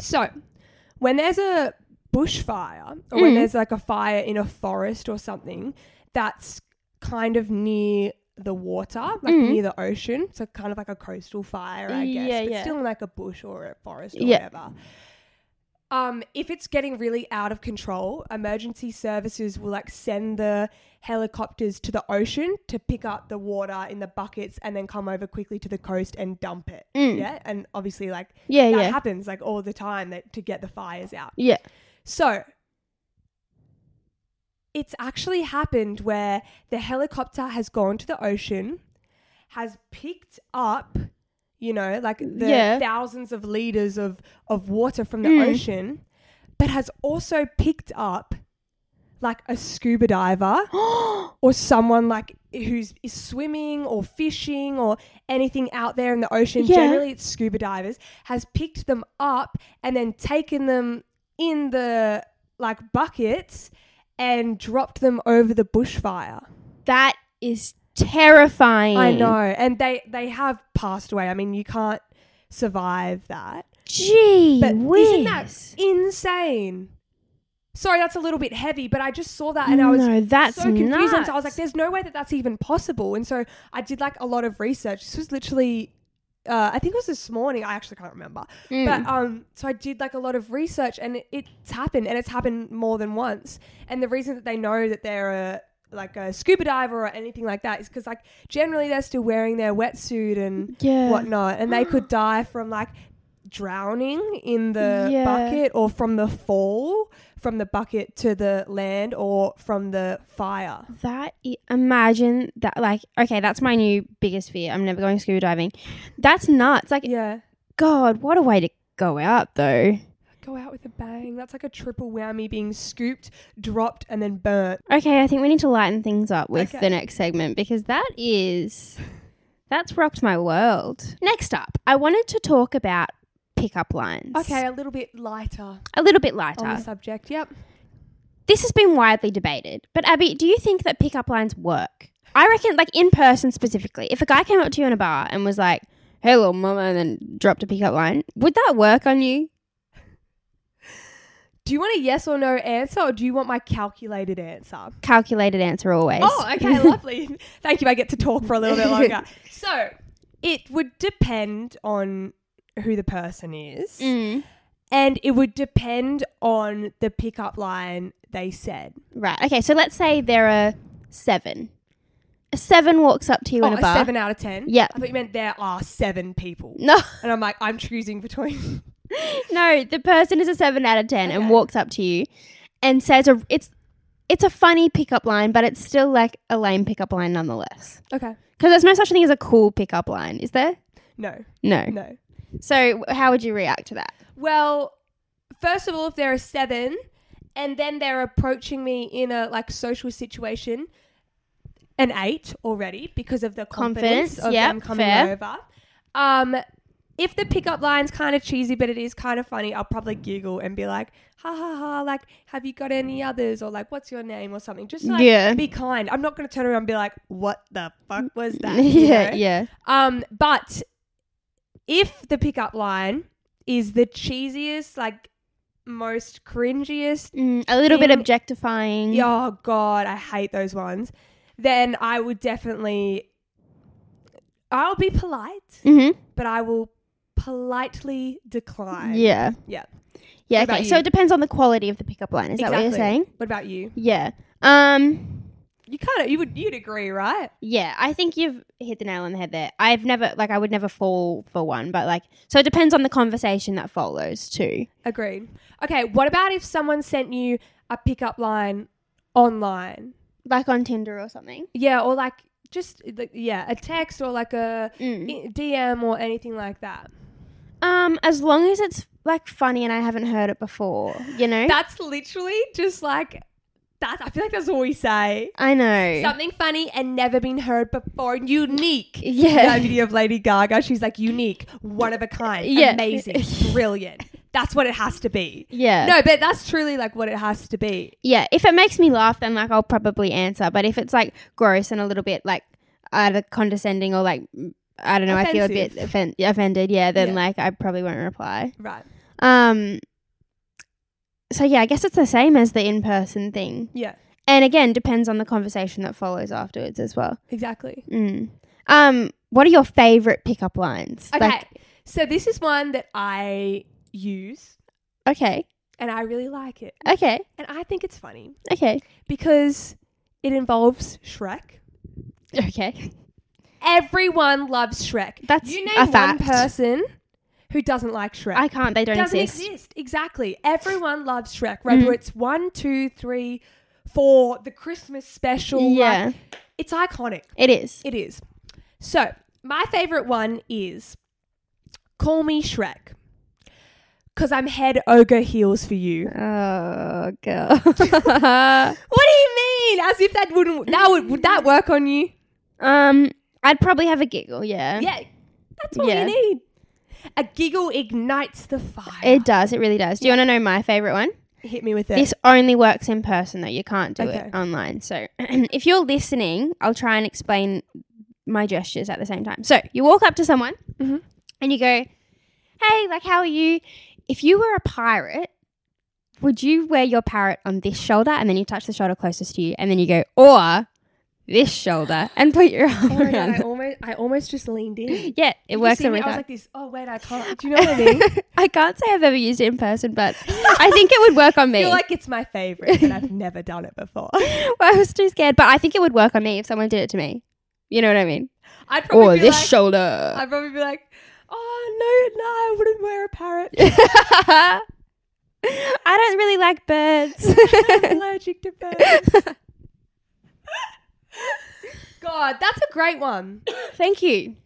Speaker 2: So when there's a bushfire, or when
Speaker 3: Mm.
Speaker 2: there's like a fire in a forest or something that's kind of near the water, like
Speaker 3: Mm.
Speaker 2: near the ocean, so kind of like a coastal fire, I guess,
Speaker 3: Yeah,
Speaker 2: but
Speaker 3: yeah.
Speaker 2: still in like a bush or a forest or
Speaker 3: Yeah.
Speaker 2: whatever. Um, if it's getting really out of control, emergency services will like send the helicopters to the ocean to pick up the water in the buckets and then come over quickly to the coast and dump it.
Speaker 3: Mm.
Speaker 2: Yeah, and obviously like
Speaker 3: Yeah,
Speaker 2: that
Speaker 3: yeah.
Speaker 2: happens like all the time that to get the fires out.
Speaker 3: Yeah.
Speaker 2: So it's actually happened where the helicopter has gone to the ocean, has picked up, you know, like the
Speaker 3: Yeah.
Speaker 2: thousands of liters of, of water from the
Speaker 3: Mm.
Speaker 2: ocean, but has also picked up like a scuba diver or someone like who's is swimming or fishing or anything out there in the ocean
Speaker 3: Yeah.
Speaker 2: generally it's scuba divers has picked them up and then taken them in the like buckets and dropped them over the bushfire
Speaker 3: That is terrifying.
Speaker 2: i know and they they have passed away i mean you can't survive that
Speaker 3: Gee
Speaker 2: but isn't
Speaker 3: whiz.
Speaker 2: that insane sorry that's a little bit heavy but i just saw that and i was
Speaker 3: no, that's
Speaker 2: so confused. And so I was like,
Speaker 3: nuts.
Speaker 2: there's no way that that's even possible. And so I did like a lot of research. This was literally, uh, I think it was this morning. I actually can't remember.
Speaker 3: Hmm.
Speaker 2: But um, so I did like a lot of research and it, it's happened and it's happened more than once. And the reason that they know that they're a, like a scuba diver or anything like that is because like generally they're still wearing their wetsuit and
Speaker 3: Yeah.
Speaker 2: whatnot. And they
Speaker 3: [GASPS]
Speaker 2: could die from like drowning in the
Speaker 3: Yeah.
Speaker 2: bucket or from the fall from the bucket to the land or from the fire.
Speaker 3: That i- imagine that like okay, that's my new biggest fear. I'm never going scuba diving. That's nuts. Like
Speaker 2: Yeah.
Speaker 3: God, what a way to go out though.
Speaker 2: Go out with a bang. That's like a triple whammy being scooped, dropped, and then burnt.
Speaker 3: Okay, I think we need to lighten things up with
Speaker 2: Okay.
Speaker 3: the next segment because that is that's rocked my world. Next up, I wanted to talk about pickup lines.
Speaker 2: Okay, Oh, a little bit lighter
Speaker 3: A little bit lighter.
Speaker 2: on the subject. Yep.
Speaker 3: This has been widely debated, but Abby, do you think that pickup lines work? I reckon, like in person specifically, if a guy came up to you in a bar and was like, hello, mama, and then dropped a pickup line, would that work on you?
Speaker 2: Do you want a yes or no answer, or do you want my calculated answer?
Speaker 3: Calculated answer always.
Speaker 2: Oh, [LAUGHS] okay, lovely. Thank you. I get to talk for a little bit longer. [LAUGHS] So it would depend on who the person is,
Speaker 3: Mm.
Speaker 2: and it would depend on the pickup line they said.
Speaker 3: [LAUGHS] Right. Okay. So let's say there are seven. A seven walks up to you
Speaker 2: Oh,
Speaker 3: in a
Speaker 2: a
Speaker 3: bar.
Speaker 2: seven out of ten.
Speaker 3: Yep.
Speaker 2: I thought you meant there are seven people,
Speaker 3: [LAUGHS] No,
Speaker 2: and I'm like, I'm choosing between.
Speaker 3: no. The person is a seven out of ten and
Speaker 2: Okay.
Speaker 3: walks up to you and says, a, "It's it's a funny pickup line, but it's still like a lame pickup line nonetheless."
Speaker 2: Okay.
Speaker 3: Because there's no such thing as a cool pickup line, is there?
Speaker 2: [LAUGHS] No.
Speaker 3: No.
Speaker 2: No.
Speaker 3: So w- how would you react to that?
Speaker 2: Well, first of all, if there are seven and then they're approaching me in a like social situation, an eight already because of the confidence,
Speaker 3: Confidence,
Speaker 2: of
Speaker 3: yep,
Speaker 2: them coming
Speaker 3: fair.
Speaker 2: over. Um, if the pickup line's kind of cheesy, but it is kind of funny, I'll probably giggle and be like, ha ha ha, like, have you got any others? Or like, what's your name? Or something. Just like,
Speaker 3: Yeah.
Speaker 2: be kind. I'm not going to turn around and be like, what the fuck was
Speaker 3: [LAUGHS]
Speaker 2: that? you
Speaker 3: yeah.
Speaker 2: know?
Speaker 3: Yeah.
Speaker 2: Um, but if the pickup line is the cheesiest, like most cringiest,
Speaker 3: Mm, a little bit
Speaker 2: In-
Speaker 3: objectifying.
Speaker 2: oh god, I hate those ones, then I would definitely I'll be polite,
Speaker 3: hmm
Speaker 2: but I will politely decline.
Speaker 3: Yeah.
Speaker 2: Yeah.
Speaker 3: Yeah.
Speaker 2: What about
Speaker 3: Okay. So
Speaker 2: you?
Speaker 3: it depends on the quality of the pickup line. Is that what you're
Speaker 2: Exactly.
Speaker 3: saying?
Speaker 2: What about you?
Speaker 3: Yeah. Um.
Speaker 2: You kind of you would you'd agree, right?
Speaker 3: Yeah, I think you've hit the nail on the head there. I've never like I would never fall for one, but like so it depends on the conversation that follows too.
Speaker 2: Agreed. Okay, what about if someone sent you a pickup line online?
Speaker 3: Like on Tinder or something.
Speaker 2: Yeah, or like just like, yeah, a text or like a
Speaker 3: Mm.
Speaker 2: i- DM or anything like that.
Speaker 3: Um, as long as it's like funny and I haven't heard it before, you know.
Speaker 2: That's literally just like that. I feel like that's all we say.
Speaker 3: I know.
Speaker 2: Something funny and never been heard before. Unique.
Speaker 3: [LAUGHS] Yeah.
Speaker 2: That video of Lady Gaga. She's like unique, one of a kind,
Speaker 3: Yeah. [LAUGHS]
Speaker 2: amazing, brilliant. That's what it has to be.
Speaker 3: yeah.
Speaker 2: No, but that's truly like what it has to be.
Speaker 3: Yeah. If it makes me laugh, then like I'll probably answer. But if it's like gross and a little bit like either condescending or like I don't know, I feel a bit offen- offended. Yeah, then
Speaker 2: Yeah.
Speaker 3: like I probably won't reply.
Speaker 2: Right.
Speaker 3: Um so yeah, I guess it's the same as the in-person thing.
Speaker 2: Yeah.
Speaker 3: And again, depends on the conversation that follows afterwards as well.
Speaker 2: Exactly.
Speaker 3: Mm. Um what are your favorite pickup lines?
Speaker 2: Okay.
Speaker 3: Like-
Speaker 2: so this is one that I use
Speaker 3: okay.
Speaker 2: and I really like it.
Speaker 3: Okay.
Speaker 2: And I think it's funny.
Speaker 3: Okay.
Speaker 2: because it involves Shrek. [LAUGHS]
Speaker 3: Okay.
Speaker 2: Everyone loves Shrek.
Speaker 3: That's
Speaker 2: you
Speaker 3: a
Speaker 2: name
Speaker 3: fact.
Speaker 2: one person who doesn't like Shrek.
Speaker 3: I can't. They don't
Speaker 2: doesn't
Speaker 3: exist.
Speaker 2: Exactly. Everyone loves Shrek. Whether
Speaker 3: Mhm.
Speaker 2: it's one, two, three, four, the Christmas special. like,
Speaker 3: Yeah.
Speaker 2: it's iconic.
Speaker 3: It is.
Speaker 2: It is. So my favorite one is "Call Me Shrek." Cause I'm head ogre heels for you.
Speaker 3: Oh
Speaker 2: [LAUGHS]
Speaker 3: [LAUGHS] god.
Speaker 2: What do you mean? As if that wouldn't that would would that work on you?
Speaker 3: um I'd probably have a giggle, yeah.
Speaker 2: Yeah, that's all you
Speaker 3: Yeah.
Speaker 2: need. A giggle ignites the fire.
Speaker 3: It does. It really does. Do you want to know my favorite one?
Speaker 2: Hit me with it.
Speaker 3: This only works in person though. You can't do
Speaker 2: Okay.
Speaker 3: it online. So [CLEARS THROAT] if you're listening, I'll try and explain my gestures at the same time. So you walk up to someone
Speaker 2: Mhm.
Speaker 3: and you go, "Hey, like how are you? If you were a pirate, would you wear your parrot on this shoulder and then you touch the shoulder closest to you and then you go, or this shoulder and put your [LAUGHS] arm
Speaker 2: oh my
Speaker 3: around
Speaker 2: god! I
Speaker 3: them."
Speaker 2: almost, I almost just leaned in. Did
Speaker 3: Yeah, it
Speaker 2: you
Speaker 3: works
Speaker 2: see me?
Speaker 3: every
Speaker 2: I was
Speaker 3: time.
Speaker 2: like this. Oh wait, I can't. Do you know what I
Speaker 3: [LAUGHS]
Speaker 2: mean?
Speaker 3: I can't say I've ever used it in person, but I think it would [LAUGHS] work on
Speaker 2: I
Speaker 3: me.
Speaker 2: feel like it's my favorite, and
Speaker 3: [LAUGHS]
Speaker 2: I've never done it before.
Speaker 3: Well, I was too scared, but I think it would work on me if someone did it to me. You know what I mean?
Speaker 2: I'd probably
Speaker 3: or
Speaker 2: be
Speaker 3: Oh, this
Speaker 2: like,
Speaker 3: shoulder.
Speaker 2: I'd probably be like, oh no, no, I wouldn't wear a
Speaker 3: [LAUGHS]
Speaker 2: parrot.
Speaker 3: [LAUGHS] I don't really like
Speaker 2: I'm
Speaker 3: [LAUGHS] birds.
Speaker 2: allergic to birds.
Speaker 3: [LAUGHS]
Speaker 2: God, that's a great one.
Speaker 3: Thank you.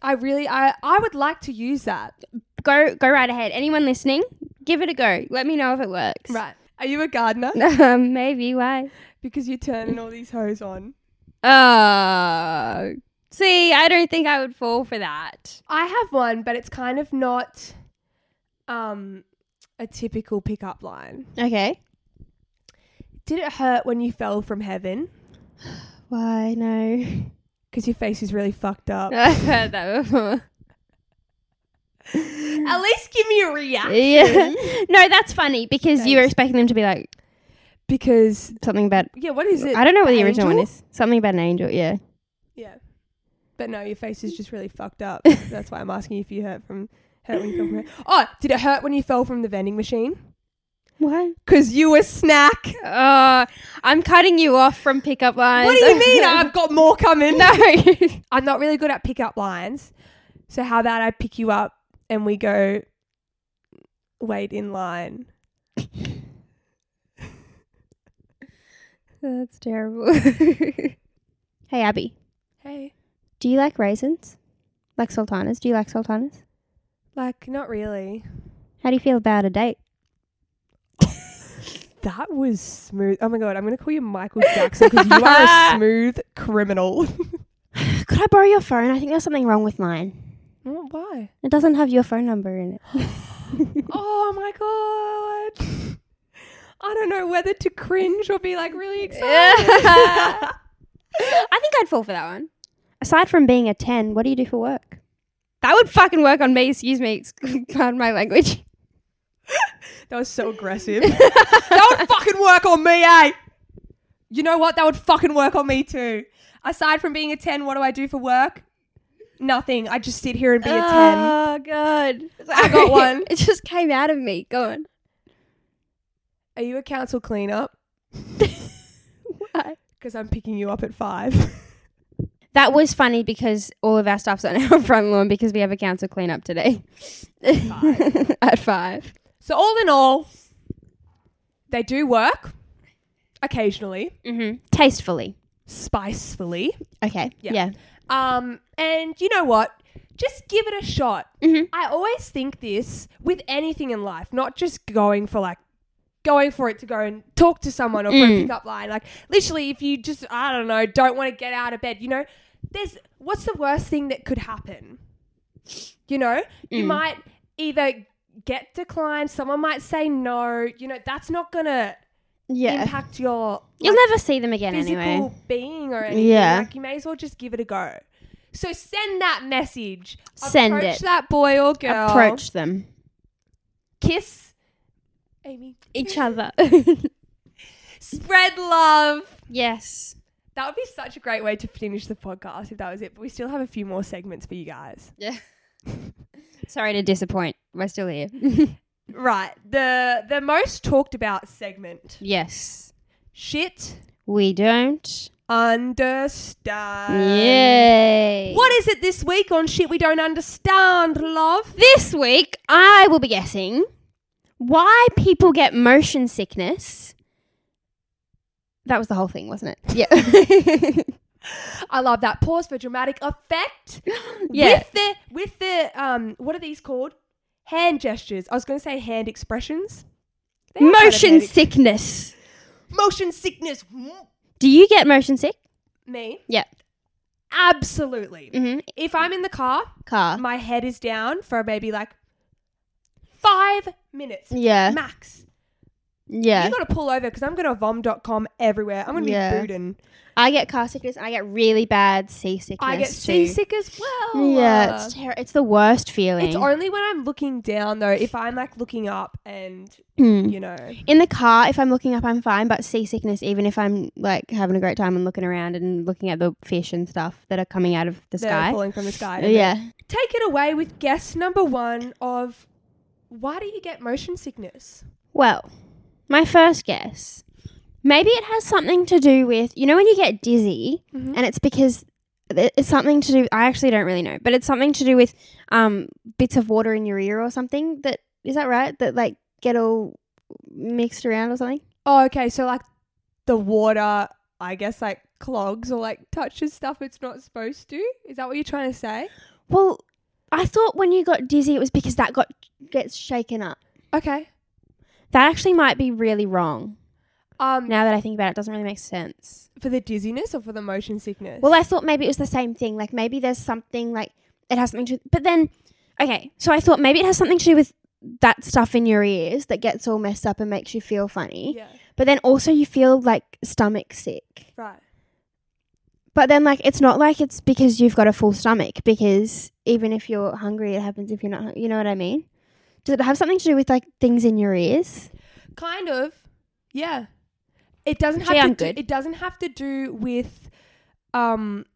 Speaker 2: I really, I, I would like to use that.
Speaker 3: Go go right ahead. Anyone listening, give it a go. Let me know if it works.
Speaker 2: Right? Are you a gardener?
Speaker 3: [LAUGHS] Um, maybe why?
Speaker 2: Because you're turning all these hoes on.
Speaker 3: Oh, see, I don't think I would fall for that.
Speaker 2: I have one, but it's kind of not um a typical pickup line.
Speaker 3: Okay.
Speaker 2: Did it hurt when you fell from heaven?
Speaker 3: Why no? [LAUGHS]
Speaker 2: Because your face is really fucked up.
Speaker 3: I've heard that before.
Speaker 2: At least give me a reaction.
Speaker 3: Yeah. [LAUGHS] no, that's funny because you were expecting them to be like
Speaker 2: Because
Speaker 3: something about.
Speaker 2: yeah, what is it?
Speaker 3: I don't know what the original one
Speaker 2: Angel?
Speaker 3: is. Something about an angel. Yeah.
Speaker 2: Yeah. But no, your face is just really fucked
Speaker 3: [LAUGHS]
Speaker 2: up. That's why I'm asking you if you hurt from hurt when you fell from it. Oh, did it hurt when you fell from the vending machine?
Speaker 3: What?
Speaker 2: Cause you were snack.
Speaker 3: Oh, I'm cutting you off from pickup lines.
Speaker 2: What do
Speaker 3: [LAUGHS]
Speaker 2: you mean? I've got more coming.
Speaker 3: no.
Speaker 2: I'm not really good at pick up lines. So how about I pick you up and we go wait in line?
Speaker 3: [LAUGHS] That's terrible. [LAUGHS] hey, Abby,
Speaker 2: Hey.
Speaker 3: do you like raisins? Like sultanas? Do you like sultanas?
Speaker 2: Like, not really.
Speaker 3: How do you feel about a date?
Speaker 2: That was smooth. Oh my god, I'm gonna call you Michael Jackson because you are [LAUGHS] a smooth criminal.
Speaker 3: Could I borrow your phone? I think there's something wrong with mine.
Speaker 2: Oh, Why?
Speaker 3: It doesn't have your phone number in it.
Speaker 2: Oh my god. [LAUGHS] I don't know whether to cringe or be like really excited.
Speaker 3: I think I'd fall for that one. Aside from being a 10, what do you do for work? That would fucking work on me, excuse me, excuse- [LAUGHS] pardon my language.
Speaker 2: that was so aggressive. that would fucking work on me, eh? You know what? That would fucking work on me too. Aside from being a 10, what do I do for work? Nothing. I just sit here and be a
Speaker 3: Oh, [LAUGHS] God.
Speaker 2: I got one.
Speaker 3: it just came out of me. Go on.
Speaker 2: 10. Are you a council cleanup?
Speaker 3: Why?
Speaker 2: Because I'm picking you up at 5.
Speaker 3: That was funny because all of our stuff's on [LAUGHS] our front lawn because we have a council cleanup today. [LAUGHS] At five.
Speaker 2: [LAUGHS] so, all in all, they do work occasionally,
Speaker 3: Mm-hmm. Tastefully.
Speaker 2: spicefully.
Speaker 3: Okay.
Speaker 2: Yeah.
Speaker 3: Yeah.
Speaker 2: Um, and you know what? Just give it a shot.
Speaker 3: Mhm.
Speaker 2: I always think this with anything in life, not just going for like going for it to go and talk to someone or for a
Speaker 3: Mm.
Speaker 2: pickup line. Like literally, if you just I don't know, don't want to get out of bed, you know, there's what's the worst thing that could happen? You know, you
Speaker 3: Mm.
Speaker 2: might either get declined, someone might say no. You know, that's not gonna
Speaker 3: Yeah.
Speaker 2: impact your
Speaker 3: You'll never see them again
Speaker 2: physical
Speaker 3: anyway.
Speaker 2: being or anything.
Speaker 3: Yeah.
Speaker 2: Like you may as well just give it a go. So send that message.
Speaker 3: Send
Speaker 2: Approach
Speaker 3: it.
Speaker 2: that boy or girl.
Speaker 3: Approach them.
Speaker 2: Kiss. Amy.
Speaker 3: Each [LAUGHS] other.
Speaker 2: Spread love.
Speaker 3: yes.
Speaker 2: That would be such a great way to finish the podcast if that was it. But we still have a few more segments for you guys.
Speaker 3: [LAUGHS] Yeah. Sorry to disappoint. We're still here. [LAUGHS]
Speaker 2: Right. The the most talked about segment.
Speaker 3: yes.
Speaker 2: Shit
Speaker 3: We don't.
Speaker 2: understand.
Speaker 3: Yay.
Speaker 2: What is it this week on shit we don't understand, love?
Speaker 3: This week, I will be guessing why people get motion sickness. That was the whole thing, wasn't it? Yeah.
Speaker 2: I love that pause for dramatic effect.
Speaker 3: [LAUGHS] Yeah.
Speaker 2: With the with the um what are these called? Hand gestures. I was going to say hand expressions. They are kind of
Speaker 3: motion
Speaker 2: hand ex-
Speaker 3: sickness.
Speaker 2: motion sickness. Mm,
Speaker 3: Do you get motion sick?
Speaker 2: Me?
Speaker 3: Yeah.
Speaker 2: Absolutely.
Speaker 3: Mm-hmm.
Speaker 2: If I'm in the car,
Speaker 3: Car.
Speaker 2: my head is down for maybe like 5 minutes
Speaker 3: yeah.
Speaker 2: max.
Speaker 3: yeah.
Speaker 2: You got to pull over cuz I'm going to vom.com everywhere. I'm going to
Speaker 3: Yeah.
Speaker 2: be booting.
Speaker 3: I get car sickness and I get really bad seasickness.
Speaker 2: I get
Speaker 3: too.
Speaker 2: seasick as well.
Speaker 3: Yeah, it's ter- it's the worst feeling.
Speaker 2: It's only when I'm looking down though. If I'm like looking up and
Speaker 3: Mm.
Speaker 2: you know,
Speaker 3: In the car, if I'm looking up, I'm fine. But seasickness, even if I'm like having a great time and looking around and looking at the fish and stuff that are coming out of the
Speaker 2: they're
Speaker 3: sky.
Speaker 2: falling from the sky.
Speaker 3: Yeah.
Speaker 2: Take it away with guess number one of why do you get motion sickness?
Speaker 3: Well, my first guess, maybe it has something to do with you know when you get dizzy, and it's because th- it's something to do. I actually don't really know, but it's something to do with um bits of water in your ear or something. That is that right? That like get all mixed around or something.
Speaker 2: Oh, okay. So like the water, I guess like clogs or like touches stuff it's not supposed to. Is that what you're trying to say?
Speaker 3: Well, I thought when you got dizzy, it was because that got gets shaken up.
Speaker 2: Okay.
Speaker 3: That actually might be really wrong.
Speaker 2: Um,
Speaker 3: Now that I think about it, it doesn't really make sense.
Speaker 2: for the dizziness or for the motion sickness?
Speaker 3: Well, I thought maybe it was the same thing. Like maybe there's something like it has something to. But then, okay, so I thought maybe it has something to do with that stuff in your ears that gets all messed up and makes you feel funny.
Speaker 2: yeah,
Speaker 3: But then also you feel like stomach sick.
Speaker 2: right.
Speaker 3: But then, like, it's not like it's because you've got a full stomach, because even if you're hungry, it happens if you're not, hun- you know what I mean? Does it have something to do with, like, things in your ears?
Speaker 2: Kind of. Yeah. It doesn't have
Speaker 3: Actually,
Speaker 2: to
Speaker 3: I'm
Speaker 2: do,
Speaker 3: good.
Speaker 2: it doesn't have to do with um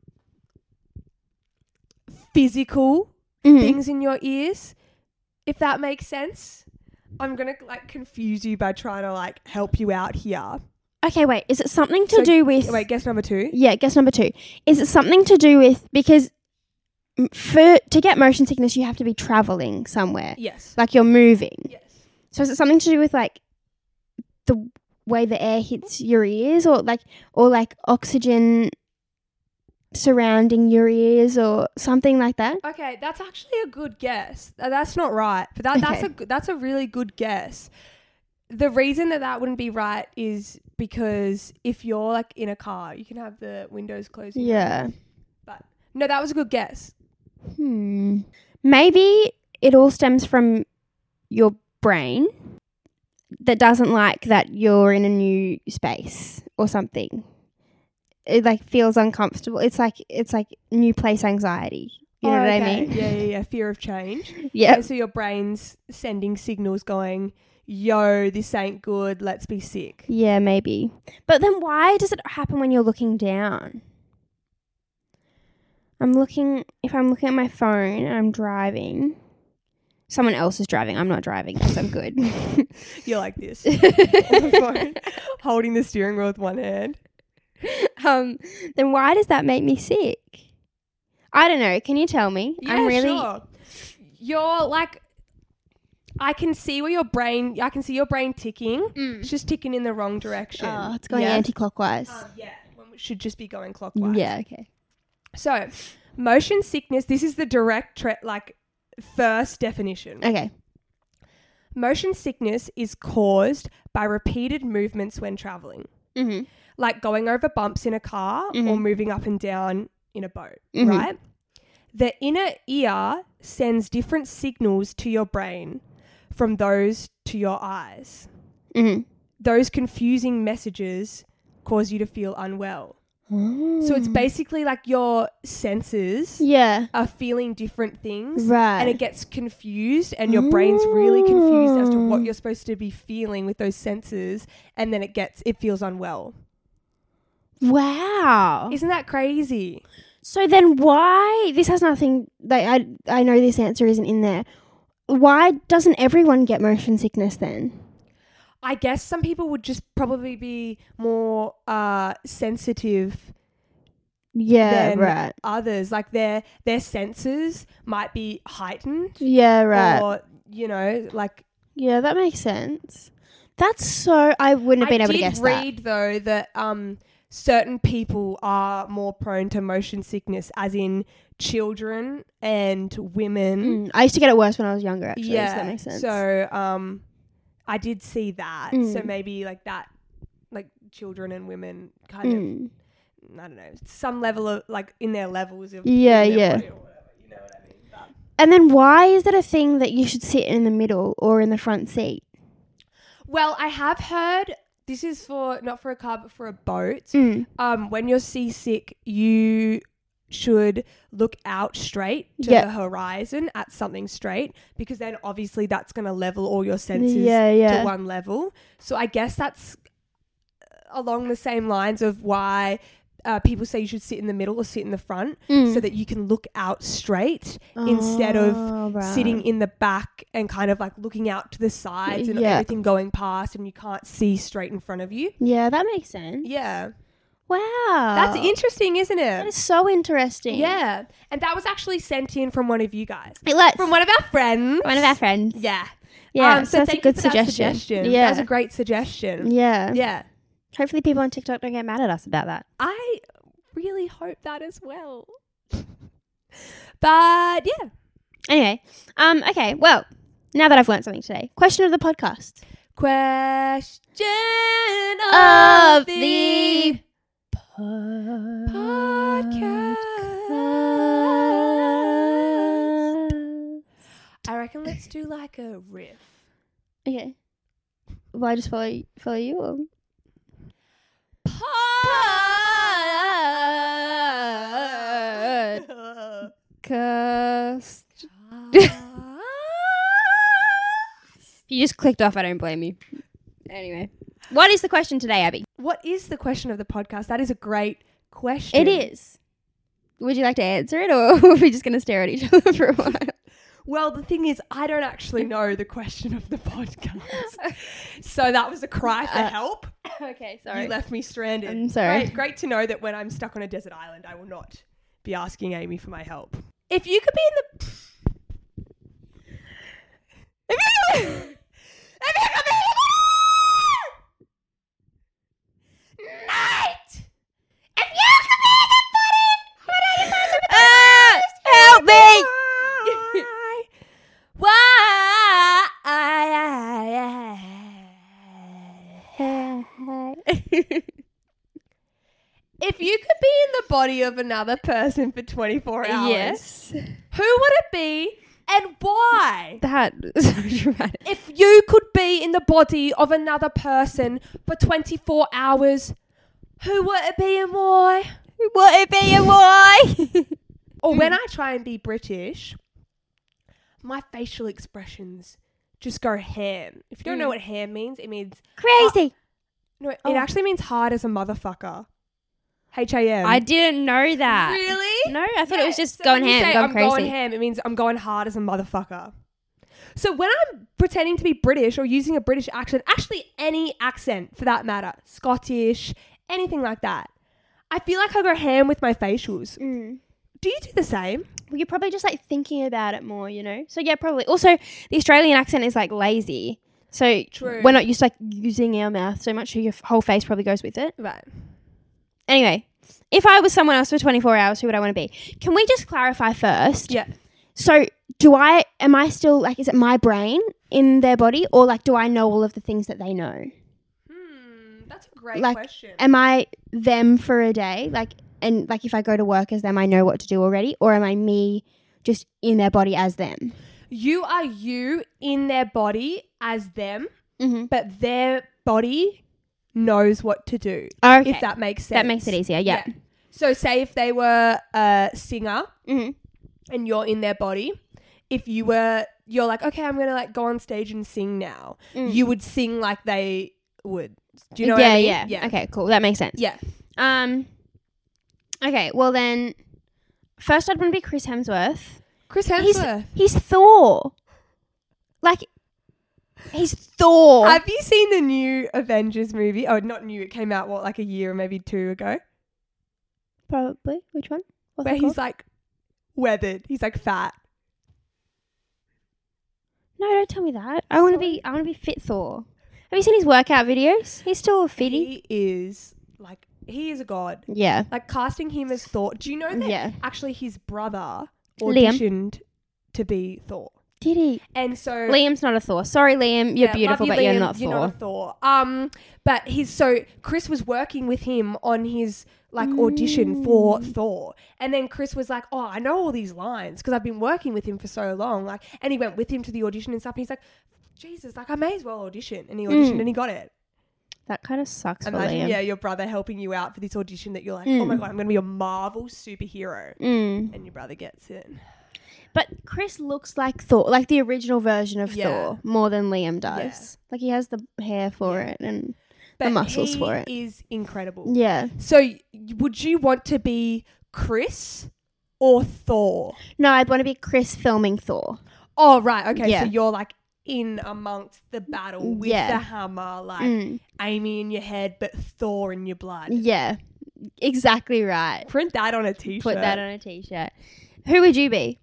Speaker 2: physical
Speaker 3: Mm-hmm. Hmm.
Speaker 2: things in your ears. If that makes sense. I'm going to like confuse you by trying to like help you out here.
Speaker 3: Okay, wait. Is it something to
Speaker 2: So-
Speaker 3: do with.
Speaker 2: Wait, guess number 2.
Speaker 3: Yeah, guess number two. Is it something to do with. Because m- for to get motion sickness, you have to be traveling somewhere.
Speaker 2: Yes.
Speaker 3: Like, you're moving.
Speaker 2: Yes.
Speaker 3: So is it something to do with like the way the air hits your ears or like or like oxygen surrounding your ears or something like that?
Speaker 2: Okay, that's actually a good guess. Uh, That's not right, but that, that's
Speaker 3: Okay.
Speaker 2: a g- that's a really good guess. The reason that that wouldn't be right is because if you're like in a car, you can have the windows closed. and
Speaker 3: Yeah.
Speaker 2: But no, that was a good guess.
Speaker 3: Hmm. Maybe it all stems from your brain that doesn't like that you're in a new space or something. It like feels uncomfortable. It's like it's like new place anxiety. You know
Speaker 2: Oh,
Speaker 3: what I
Speaker 2: okay.
Speaker 3: mean?
Speaker 2: Yeah, yeah, yeah. Fear of change.
Speaker 3: [LAUGHS] Yeah.
Speaker 2: Okay, So your brain's sending signals going, "Yo, this ain't good. Let's be sick."
Speaker 3: Yeah, maybe. But then why does it happen when you're looking down? I'm looking, if I'm looking at my phone and I'm driving, someone else is driving. I'm not driving because I'm good. [LAUGHS]
Speaker 2: You're like this, on the phone, holding the steering wheel with one hand.
Speaker 3: um, then why does that make me sick? I don't know. Can you tell me? I'm really.
Speaker 2: sure. You're like, I can see where your brain. I can see your brain ticking. It's just ticking in the wrong direction.
Speaker 3: Mm. Oh, it's going
Speaker 2: yeah?
Speaker 3: anti clockwise.
Speaker 2: Um, yeah, when we should just be going clockwise.
Speaker 3: Um, yeah, okay.
Speaker 2: So, motion sickness. This is the direct, tre- like, first definition.
Speaker 3: Okay.
Speaker 2: Motion sickness is caused by repeated movements when traveling,
Speaker 3: Mm
Speaker 2: like going over bumps in a car or moving up and down in a boat.
Speaker 3: Mhm.
Speaker 2: Right. The inner ear sends different signals to your brain from those to your eyes.
Speaker 3: hmm. Mm
Speaker 2: Those confusing messages cause you to feel unwell.
Speaker 3: hmm.
Speaker 2: So it's basically like your senses
Speaker 3: Yeah.
Speaker 2: are feeling different things.
Speaker 3: Right.
Speaker 2: And it gets confused, and your brain's really confused as to what you're supposed to be feeling with those senses, and then it gets it feels unwell.
Speaker 3: wow.
Speaker 2: Isn't that crazy?
Speaker 3: So then why this has nothing like I I know this answer isn't in there. Why doesn't everyone get motion sickness then?
Speaker 2: I guess some people would just probably be more uh, sensitive
Speaker 3: Yeah,
Speaker 2: Then-
Speaker 3: right.
Speaker 2: others like their their senses might be heightened
Speaker 3: Yeah, right.
Speaker 2: or you know like
Speaker 3: yeah, that makes sense. That's so I wouldn't have been
Speaker 2: I
Speaker 3: able
Speaker 2: did
Speaker 3: to guess
Speaker 2: read though that um certain people are more prone to motion sickness as in children and
Speaker 3: that.
Speaker 2: women
Speaker 3: Mm, I used to get it worse when I was younger actually,
Speaker 2: yeah
Speaker 3: so that makes sense.
Speaker 2: so um I did see that so
Speaker 3: Mm.
Speaker 2: maybe like that like children and women kind of
Speaker 3: Mm.
Speaker 2: I don't know, some level of like in their levels of
Speaker 3: Yeah,
Speaker 2: in their
Speaker 3: yeah.
Speaker 2: body or whatever, you know what I mean? But-
Speaker 3: And then why is it a thing that you should sit in the middle or in the front seat?
Speaker 2: Well, I have heard this is for not for a car but for a boat.
Speaker 3: Mm.
Speaker 2: Um, when you're seasick, you should look out straight to
Speaker 3: Yeah.
Speaker 2: the horizon at something straight because then obviously that's going to level all your senses
Speaker 3: Yeah, yeah.
Speaker 2: to one level. So I guess that's along the same lines of why uh, people say you should sit in the middle or sit in the front
Speaker 3: Mm.
Speaker 2: so that you can look out straight instead of
Speaker 3: Oh, right.
Speaker 2: sitting in the back and kind of like looking out to the sides and
Speaker 3: Yeah.
Speaker 2: everything going past and you can't see straight in front of you.
Speaker 3: Yeah, that makes sense.
Speaker 2: Yeah.
Speaker 3: Wow.
Speaker 2: That's interesting, isn't
Speaker 3: Uh, That
Speaker 2: it?
Speaker 3: is so interesting.
Speaker 2: Yeah. And that was actually sent in from one of you guys.
Speaker 3: It lets
Speaker 2: From one of our friends.
Speaker 3: one of our friends.
Speaker 2: Yeah.
Speaker 3: Yeah,
Speaker 2: Um,
Speaker 3: so that's a
Speaker 2: thank you
Speaker 3: good
Speaker 2: for that
Speaker 3: suggestion.
Speaker 2: Yeah.
Speaker 3: Yeah.
Speaker 2: That was a great suggestion.
Speaker 3: Yeah.
Speaker 2: Yeah.
Speaker 3: Hopefully, people on TikTok don't get mad at us about that.
Speaker 2: I really hope that as well. [LAUGHS] but yeah.
Speaker 3: Anyway, um, okay. Well, now that I've learned something today, question of the podcast.
Speaker 2: Question of,
Speaker 3: Of
Speaker 2: the
Speaker 3: the
Speaker 2: podcast. I reckon let's do like a riff.
Speaker 3: Okay. Will I just follow you, follow you? Or?
Speaker 2: Podcast.
Speaker 3: podcast. you just clicked off. I don't blame you. Anyway, what is the question today, Abby?
Speaker 2: What is the question of the podcast? That is a great question.
Speaker 3: It is. Would you like to answer it, or [LAUGHS] are we just going to stare at each other for a while?
Speaker 2: Well, the thing is, I don't actually know the question of the
Speaker 3: [LAUGHS]
Speaker 2: podcast. so that was a cry
Speaker 3: Uh,
Speaker 2: for help.
Speaker 3: okay,
Speaker 2: You left me stranded.
Speaker 3: I'm sorry.
Speaker 2: Great, great to know that when I'm stuck on a desert island, I will not be asking Amy for my help. If you could be in the. [LAUGHS] If you could be- if you could be in the night, if you could be in the body,
Speaker 3: Ah, help me!
Speaker 2: why? Why? If you could be in the body of another person for 24 hours,
Speaker 3: yes,
Speaker 2: who would it be and why?
Speaker 3: that was so dramatic.
Speaker 2: If you could be in the body of another person for 24 hours, who would it be and why?
Speaker 3: What it be and why? [LAUGHS]
Speaker 2: Or when I try and be British, my facial expressions just go ham. If you don't
Speaker 3: Mm.
Speaker 2: know what ham means, it means
Speaker 3: Crazy.
Speaker 2: no, it
Speaker 3: Oh.
Speaker 2: actually means hard as a motherfucker. H A M.
Speaker 3: I didn't know that.
Speaker 2: really
Speaker 3: No, I thought it was just
Speaker 2: So
Speaker 3: going
Speaker 2: when you
Speaker 3: ham,
Speaker 2: say
Speaker 3: going
Speaker 2: I'm
Speaker 3: crazy.
Speaker 2: going ham. It means I'm going hard as a motherfucker. So when I'm pretending to be British or using a British accent, actually any accent for that matter, Scottish, anything like that, I feel like I go ham with my facials.
Speaker 3: Mm.
Speaker 2: Do you do the same?
Speaker 3: Well, you're probably just like thinking about it more, you know. So yeah, probably. Also, the Australian accent is like lazy, so
Speaker 2: True.
Speaker 3: we're not used to like using our mouth so much. So your f- whole face probably goes with it.
Speaker 2: Right.
Speaker 3: Anyway, if I was someone else for 24 hours, who would I want to be? Can we just clarify first?
Speaker 2: Yeah.
Speaker 3: So do I? Am I still like? Is it my brain in their body, or like do I know all of the things that they know?
Speaker 2: Hmm, that's a great
Speaker 3: Like,
Speaker 2: question.
Speaker 3: Am I them for a day? Like, and like if I go to work as them, I know what to do already, or am I me? Just in their body as them.
Speaker 2: you are you in their body as them,
Speaker 3: Mm-hmm.
Speaker 2: but their body knows what to do.
Speaker 3: Oh, Okay.
Speaker 2: If that makes sense.
Speaker 3: That makes it easier. Yeah.
Speaker 2: So say if they were a singer
Speaker 3: Mhm.
Speaker 2: and you're in their body, if you were you're like, okay, I'm gonna like go on stage and sing now, you would sing like they would. Do you know
Speaker 3: Mm. yeah,
Speaker 2: what I mean?
Speaker 3: yeah. Okay, cool. That makes sense.
Speaker 2: Yeah.
Speaker 3: Um. Okay. Well then, first I'd want to be Chris Hemsworth.
Speaker 2: Chris
Speaker 3: He's
Speaker 2: Hemsworth.
Speaker 3: he's Thor. Like, he's Thor.
Speaker 2: Have you seen the new Avengers movie? Oh, not new. It came out what like a year or maybe two ago,
Speaker 3: Probably. Which one? What's
Speaker 2: where
Speaker 3: it
Speaker 2: he's
Speaker 3: called?
Speaker 2: like weathered. He's like fat.
Speaker 3: no, don't tell me that. I want to be. I want to be fit Thor. Have you seen his workout videos? He's still a fitty.
Speaker 2: He is like he is a god.
Speaker 3: Yeah.
Speaker 2: like casting him as Thor. Do you know that
Speaker 3: Yeah.
Speaker 2: actually his brother
Speaker 3: Liam.
Speaker 2: auditioned to be Thor?
Speaker 3: Did he?
Speaker 2: And so
Speaker 3: Liam's not a Thor. Sorry, Liam. You're
Speaker 2: Yeah,
Speaker 3: beautiful,
Speaker 2: love
Speaker 3: but
Speaker 2: you,
Speaker 3: you're
Speaker 2: Liam,
Speaker 3: not Thor.
Speaker 2: You're not a Thor. Um, but he's so Chris was working with him on his like audition for
Speaker 3: Mm.
Speaker 2: Thor, and then Chris was like, "Oh, I know all these lines because I've been working with him for so long." Like, and he went with him to the audition and stuff. And he's like, "Jesus, like I may as well audition," and he
Speaker 3: Mm.
Speaker 2: auditioned and he got it.
Speaker 3: that kind of sucks for
Speaker 2: Imagine,
Speaker 3: Liam.
Speaker 2: yeah, your brother helping you out for this audition that you're like, "Oh my god, I'm going to be a Marvel superhero."
Speaker 3: Mm.
Speaker 2: and your brother gets in.
Speaker 3: But Chris looks like Thor, like the original version of
Speaker 2: Yeah.
Speaker 3: Thor, more than Liam does.
Speaker 2: Yeah.
Speaker 3: Like he has the hair for it and
Speaker 2: But
Speaker 3: the muscles for it.
Speaker 2: is incredible.
Speaker 3: yeah.
Speaker 2: So, y- would you want to be Chris or Thor?
Speaker 3: No, I'd want to be Chris filming Thor.
Speaker 2: Oh, right. Okay.
Speaker 3: Yeah.
Speaker 2: So you're like in amongst the battle with
Speaker 3: Yeah.
Speaker 2: the hammer, like
Speaker 3: Mm.
Speaker 2: Amy in your head, but Thor in your blood.
Speaker 3: Yeah. Exactly right.
Speaker 2: Print that on a t-shirt.
Speaker 3: Put that on a t-shirt. Who would you be?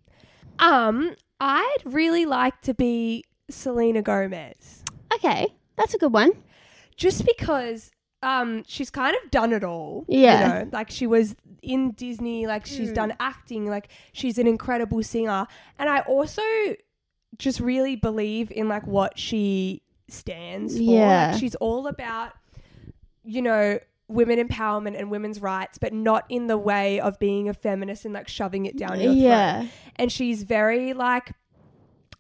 Speaker 2: Um, I'd really like to be Selena Gomez,
Speaker 3: Okay. That's a good one.
Speaker 2: just because. Um, she's kind of done it all.
Speaker 3: Yeah. Hmm.
Speaker 2: You know, like she was in Disney, like she's done acting, like she's an incredible singer. And I also just really believe in like what she stands for. Like,
Speaker 3: Yeah.
Speaker 2: she's all about, you know, women empowerment and women's rights, but not in the way of being a feminist and like shoving it down your
Speaker 3: Yeah.
Speaker 2: throat. And she's very like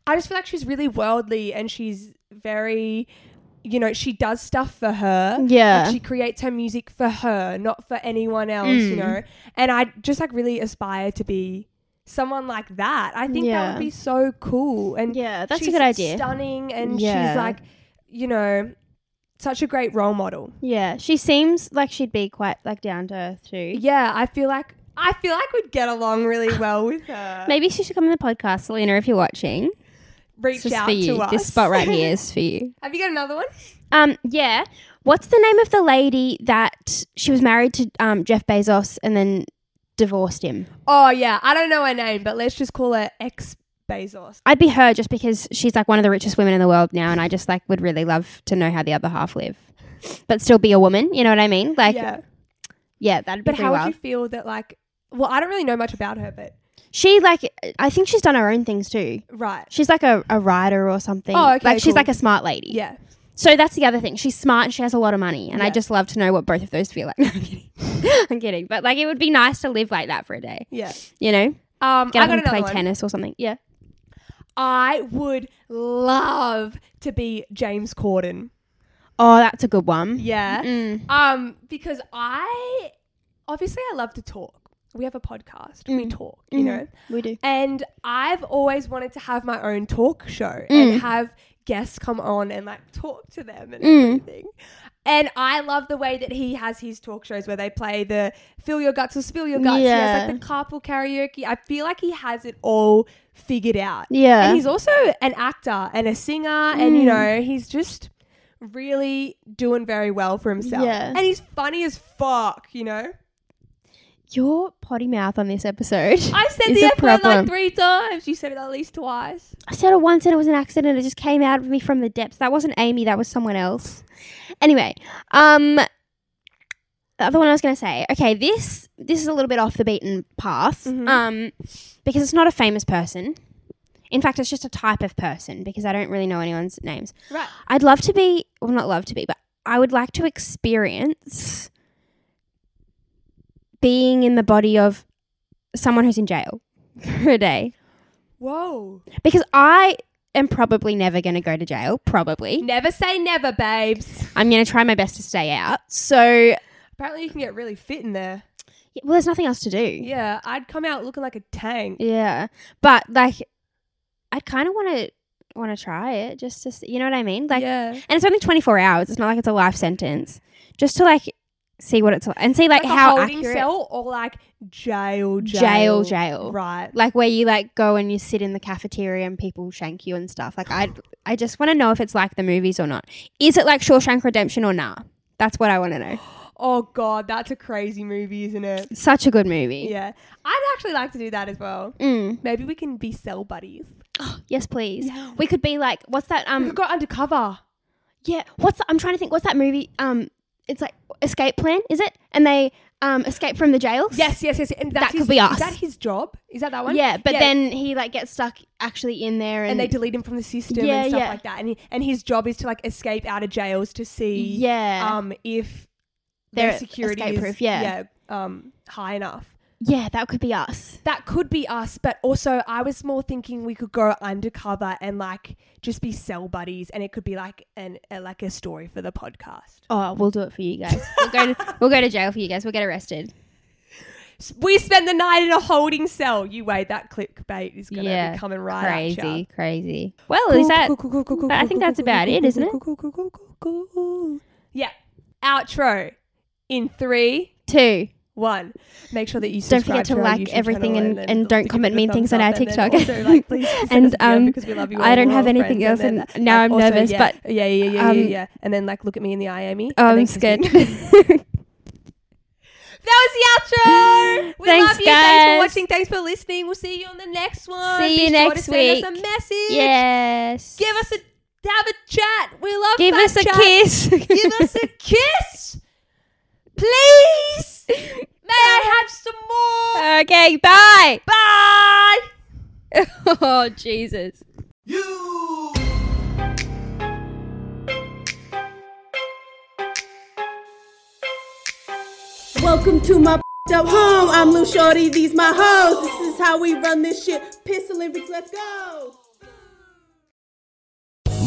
Speaker 2: I just feel like she's really worldly and she's very you know, she does stuff for her.
Speaker 3: Yeah.
Speaker 2: Like she creates her music for her, not for anyone else, you
Speaker 3: Mm.
Speaker 2: know. And I just like really aspire to be someone like that. I think that
Speaker 3: Yeah.
Speaker 2: would be so cool. And
Speaker 3: Yeah, that's a
Speaker 2: she's
Speaker 3: good idea.
Speaker 2: Stunning, and
Speaker 3: Yeah.
Speaker 2: she's like, you know, such a great role model.
Speaker 3: Yeah, she seems like she'd be quite like down to earth too.
Speaker 2: Yeah, I feel like I feel like we'd get along
Speaker 3: [SIGHS]
Speaker 2: really well with her.
Speaker 3: Maybe she should come on the podcast, Selena, if you're watching.
Speaker 2: Reach
Speaker 3: This is
Speaker 2: out
Speaker 3: for you.
Speaker 2: to us.
Speaker 3: This
Speaker 2: [LAUGHS]
Speaker 3: spot right here is for you.
Speaker 2: Have you got another one?
Speaker 3: Um, yeah. What's the name of the lady that she was married to um, Jeff Bezos and then divorced him?
Speaker 2: Oh yeah, I don't know her name, but let's just call her ex Bezos.
Speaker 3: I'd be her just because she's like one of the richest women in the world now, and I just like would really love to know how the other half live, but still be a woman. You know what I mean? Like, yeah,
Speaker 2: yeah,
Speaker 3: that'd be
Speaker 2: but
Speaker 3: pretty
Speaker 2: how would
Speaker 3: wild.
Speaker 2: you feel that like? Well, I don't really know much about her, but
Speaker 3: she like, I think she's done her own things too.
Speaker 2: right,
Speaker 3: She's like a, a writer or something.
Speaker 2: Oh, okay,
Speaker 3: Like
Speaker 2: cool.
Speaker 3: she's like a smart lady.
Speaker 2: yeah.
Speaker 3: So that's the other thing. She's smart and she has a lot of money, and I
Speaker 2: Yeah.
Speaker 3: just love to know what both of those feel like. [LAUGHS] No, I'm kidding. I'm kidding. But like, it would be nice to live like that for a day.
Speaker 2: Yeah.
Speaker 3: You know,
Speaker 2: Um,
Speaker 3: get
Speaker 2: I
Speaker 3: up
Speaker 2: got
Speaker 3: and
Speaker 2: another
Speaker 3: play
Speaker 2: one.
Speaker 3: tennis or something. Yeah.
Speaker 2: I would love to be James Corden.
Speaker 3: Oh, that's a good one.
Speaker 2: Yeah.
Speaker 3: Mm.
Speaker 2: Um, because I obviously I love to talk. We have a podcast. We talk, you know.
Speaker 3: Mm. Mm-hmm. We do.
Speaker 2: And I've always wanted to have my own talk show
Speaker 3: Mm.
Speaker 2: and have guests come on and like talk to them and
Speaker 3: Mm.
Speaker 2: everything. And I love the way that he has his talk shows where they play the fill your guts or spill your guts. He has
Speaker 3: Yeah.
Speaker 2: like the carpool karaoke. I feel like he has it all figured out.
Speaker 3: Yeah.
Speaker 2: And he's also an actor and a singer and you know, he's just really doing very well for himself.
Speaker 3: Yeah.
Speaker 2: And he's funny as fuck, you know?
Speaker 3: Your potty mouth on this episode.
Speaker 2: I said
Speaker 3: is
Speaker 2: the
Speaker 3: a
Speaker 2: F word like
Speaker 3: problem.
Speaker 2: three times. You said it at least twice.
Speaker 3: I said it once and it was an accident. It just came out of me from the depths. That wasn't Amy, that was someone else. Anyway, um the other one I was gonna say, okay, this this is a little bit off the beaten path. Um because it's not a famous person. In fact, it's just a type of person because I don't really know anyone's names.
Speaker 2: Right.
Speaker 3: I'd love to be well not love to be, but I would like to experience being in the body of someone who's in jail [LAUGHS] for a day
Speaker 2: Whoa.
Speaker 3: because I am probably never going to go to jail. Probably.
Speaker 2: Never say never, babes.
Speaker 3: I'm going to try my best to stay out. So,
Speaker 2: Apparently, you can get really fit in there.
Speaker 3: well, there's nothing else to do.
Speaker 2: Yeah, I'd come out looking like a tank.
Speaker 3: Yeah. But like, I kind of want to want to try it just to see, you know what I mean? Like,
Speaker 2: yeah.
Speaker 3: and it's only 24 hours. It's not like it's a life sentence. Just to like see what it's like and see like,
Speaker 2: Like, a
Speaker 3: how
Speaker 2: holding
Speaker 3: accurate.
Speaker 2: cell or like jail, jail,
Speaker 3: Jail, jail.
Speaker 2: Right.
Speaker 3: Like where you like go and you sit in the cafeteria and people shank you and stuff. Like I, I just want to know if it's like the movies or not. Is it like Shawshank Redemption or nah? That's what I want
Speaker 2: [GASPS]
Speaker 3: to know.
Speaker 2: Oh god, that's a crazy movie, isn't it?
Speaker 3: Such a good movie.
Speaker 2: Yeah, I'd actually like to do that as well.
Speaker 3: Mm.
Speaker 2: Maybe we can be cell buddies.
Speaker 3: Yes, please. We could be like, what's
Speaker 2: We
Speaker 3: that?
Speaker 2: could
Speaker 3: Um,
Speaker 2: go undercover.
Speaker 3: yeah. What's the, I'm trying to think. What's that movie? Um, it's like Escape Plan, is it? And they um escape from the jails.
Speaker 2: Yes, yes, yes. And that's
Speaker 3: That could
Speaker 2: his-
Speaker 3: be us.
Speaker 2: Is that his job? Is that that one?
Speaker 3: Yeah, but then he like gets stuck actually in there, and,
Speaker 2: and they delete him from the system
Speaker 3: Yeah,
Speaker 2: and stuff
Speaker 3: yeah.
Speaker 2: like that. And he, and his job is to like escape out of jails to see
Speaker 3: Yeah.
Speaker 2: um if
Speaker 3: They're
Speaker 2: their security
Speaker 3: escape
Speaker 2: is
Speaker 3: proof, yeah.
Speaker 2: yeah, um high enough.
Speaker 3: yeah, that could be us.
Speaker 2: That could be us, but also I was more thinking we could go undercover and like just be cell buddies, and it could be like an a, like a story for the podcast.
Speaker 3: Oh, we'll do it for you [LAUGHS] guys. We'll go to, we'll go to jail for you guys. We'll get arrested.
Speaker 2: S- We spend the night in a holding cell. You wait, that clickbait is gonna
Speaker 3: Yeah,
Speaker 2: be coming right
Speaker 3: Crazy,
Speaker 2: at you.
Speaker 3: crazy. Well, is that? I think that's about it, isn't it?
Speaker 2: it? Yeah. Outro in three,
Speaker 3: Two.
Speaker 2: one. Make sure that you
Speaker 3: Don't
Speaker 2: subscribe
Speaker 3: forget to
Speaker 2: our
Speaker 3: like
Speaker 2: YouTube
Speaker 3: everything
Speaker 2: channel
Speaker 3: and, and, don't
Speaker 2: give
Speaker 3: comment
Speaker 2: it a
Speaker 3: mean
Speaker 2: thumbs
Speaker 3: things on
Speaker 2: up
Speaker 3: our
Speaker 2: and then
Speaker 3: TikTok.
Speaker 2: also, like,
Speaker 3: [LAUGHS]
Speaker 2: please send us
Speaker 3: and
Speaker 2: a DM
Speaker 3: um,
Speaker 2: because we love you all
Speaker 3: I
Speaker 2: and
Speaker 3: don't
Speaker 2: we're
Speaker 3: have
Speaker 2: all
Speaker 3: anything else,
Speaker 2: friends
Speaker 3: and,
Speaker 2: then,
Speaker 3: now
Speaker 2: like,
Speaker 3: I'm
Speaker 2: also,
Speaker 3: nervous.
Speaker 2: yeah,
Speaker 3: But
Speaker 2: yeah, yeah, yeah, yeah,
Speaker 3: um,
Speaker 2: yeah, yeah. And then like look at me in the eye, Amy.
Speaker 3: Oh,
Speaker 2: and
Speaker 3: I'm
Speaker 2: then kiss me.
Speaker 3: scared. [LAUGHS]
Speaker 2: that was the outro. We
Speaker 3: Thanks,
Speaker 2: love you. Thanks for
Speaker 3: guys.
Speaker 2: watching. Thanks for listening. We'll see you on the next one.
Speaker 3: See
Speaker 2: Be
Speaker 3: you
Speaker 2: sure
Speaker 3: next
Speaker 2: to send us
Speaker 3: week.
Speaker 2: a message.
Speaker 3: yes.
Speaker 2: Give us a have a chat. We love
Speaker 3: Give
Speaker 2: fat
Speaker 3: us a
Speaker 2: chat.
Speaker 3: kiss.
Speaker 2: Give us
Speaker 3: [LAUGHS]
Speaker 2: a kiss, please. May I have some more?
Speaker 3: okay, bye.
Speaker 2: Bye.
Speaker 3: [LAUGHS] oh, Jesus.
Speaker 4: Welcome to my up home. I'm Lou Shorty. These my hoes. This is how we run this shit. Piss Olympics. Let's go.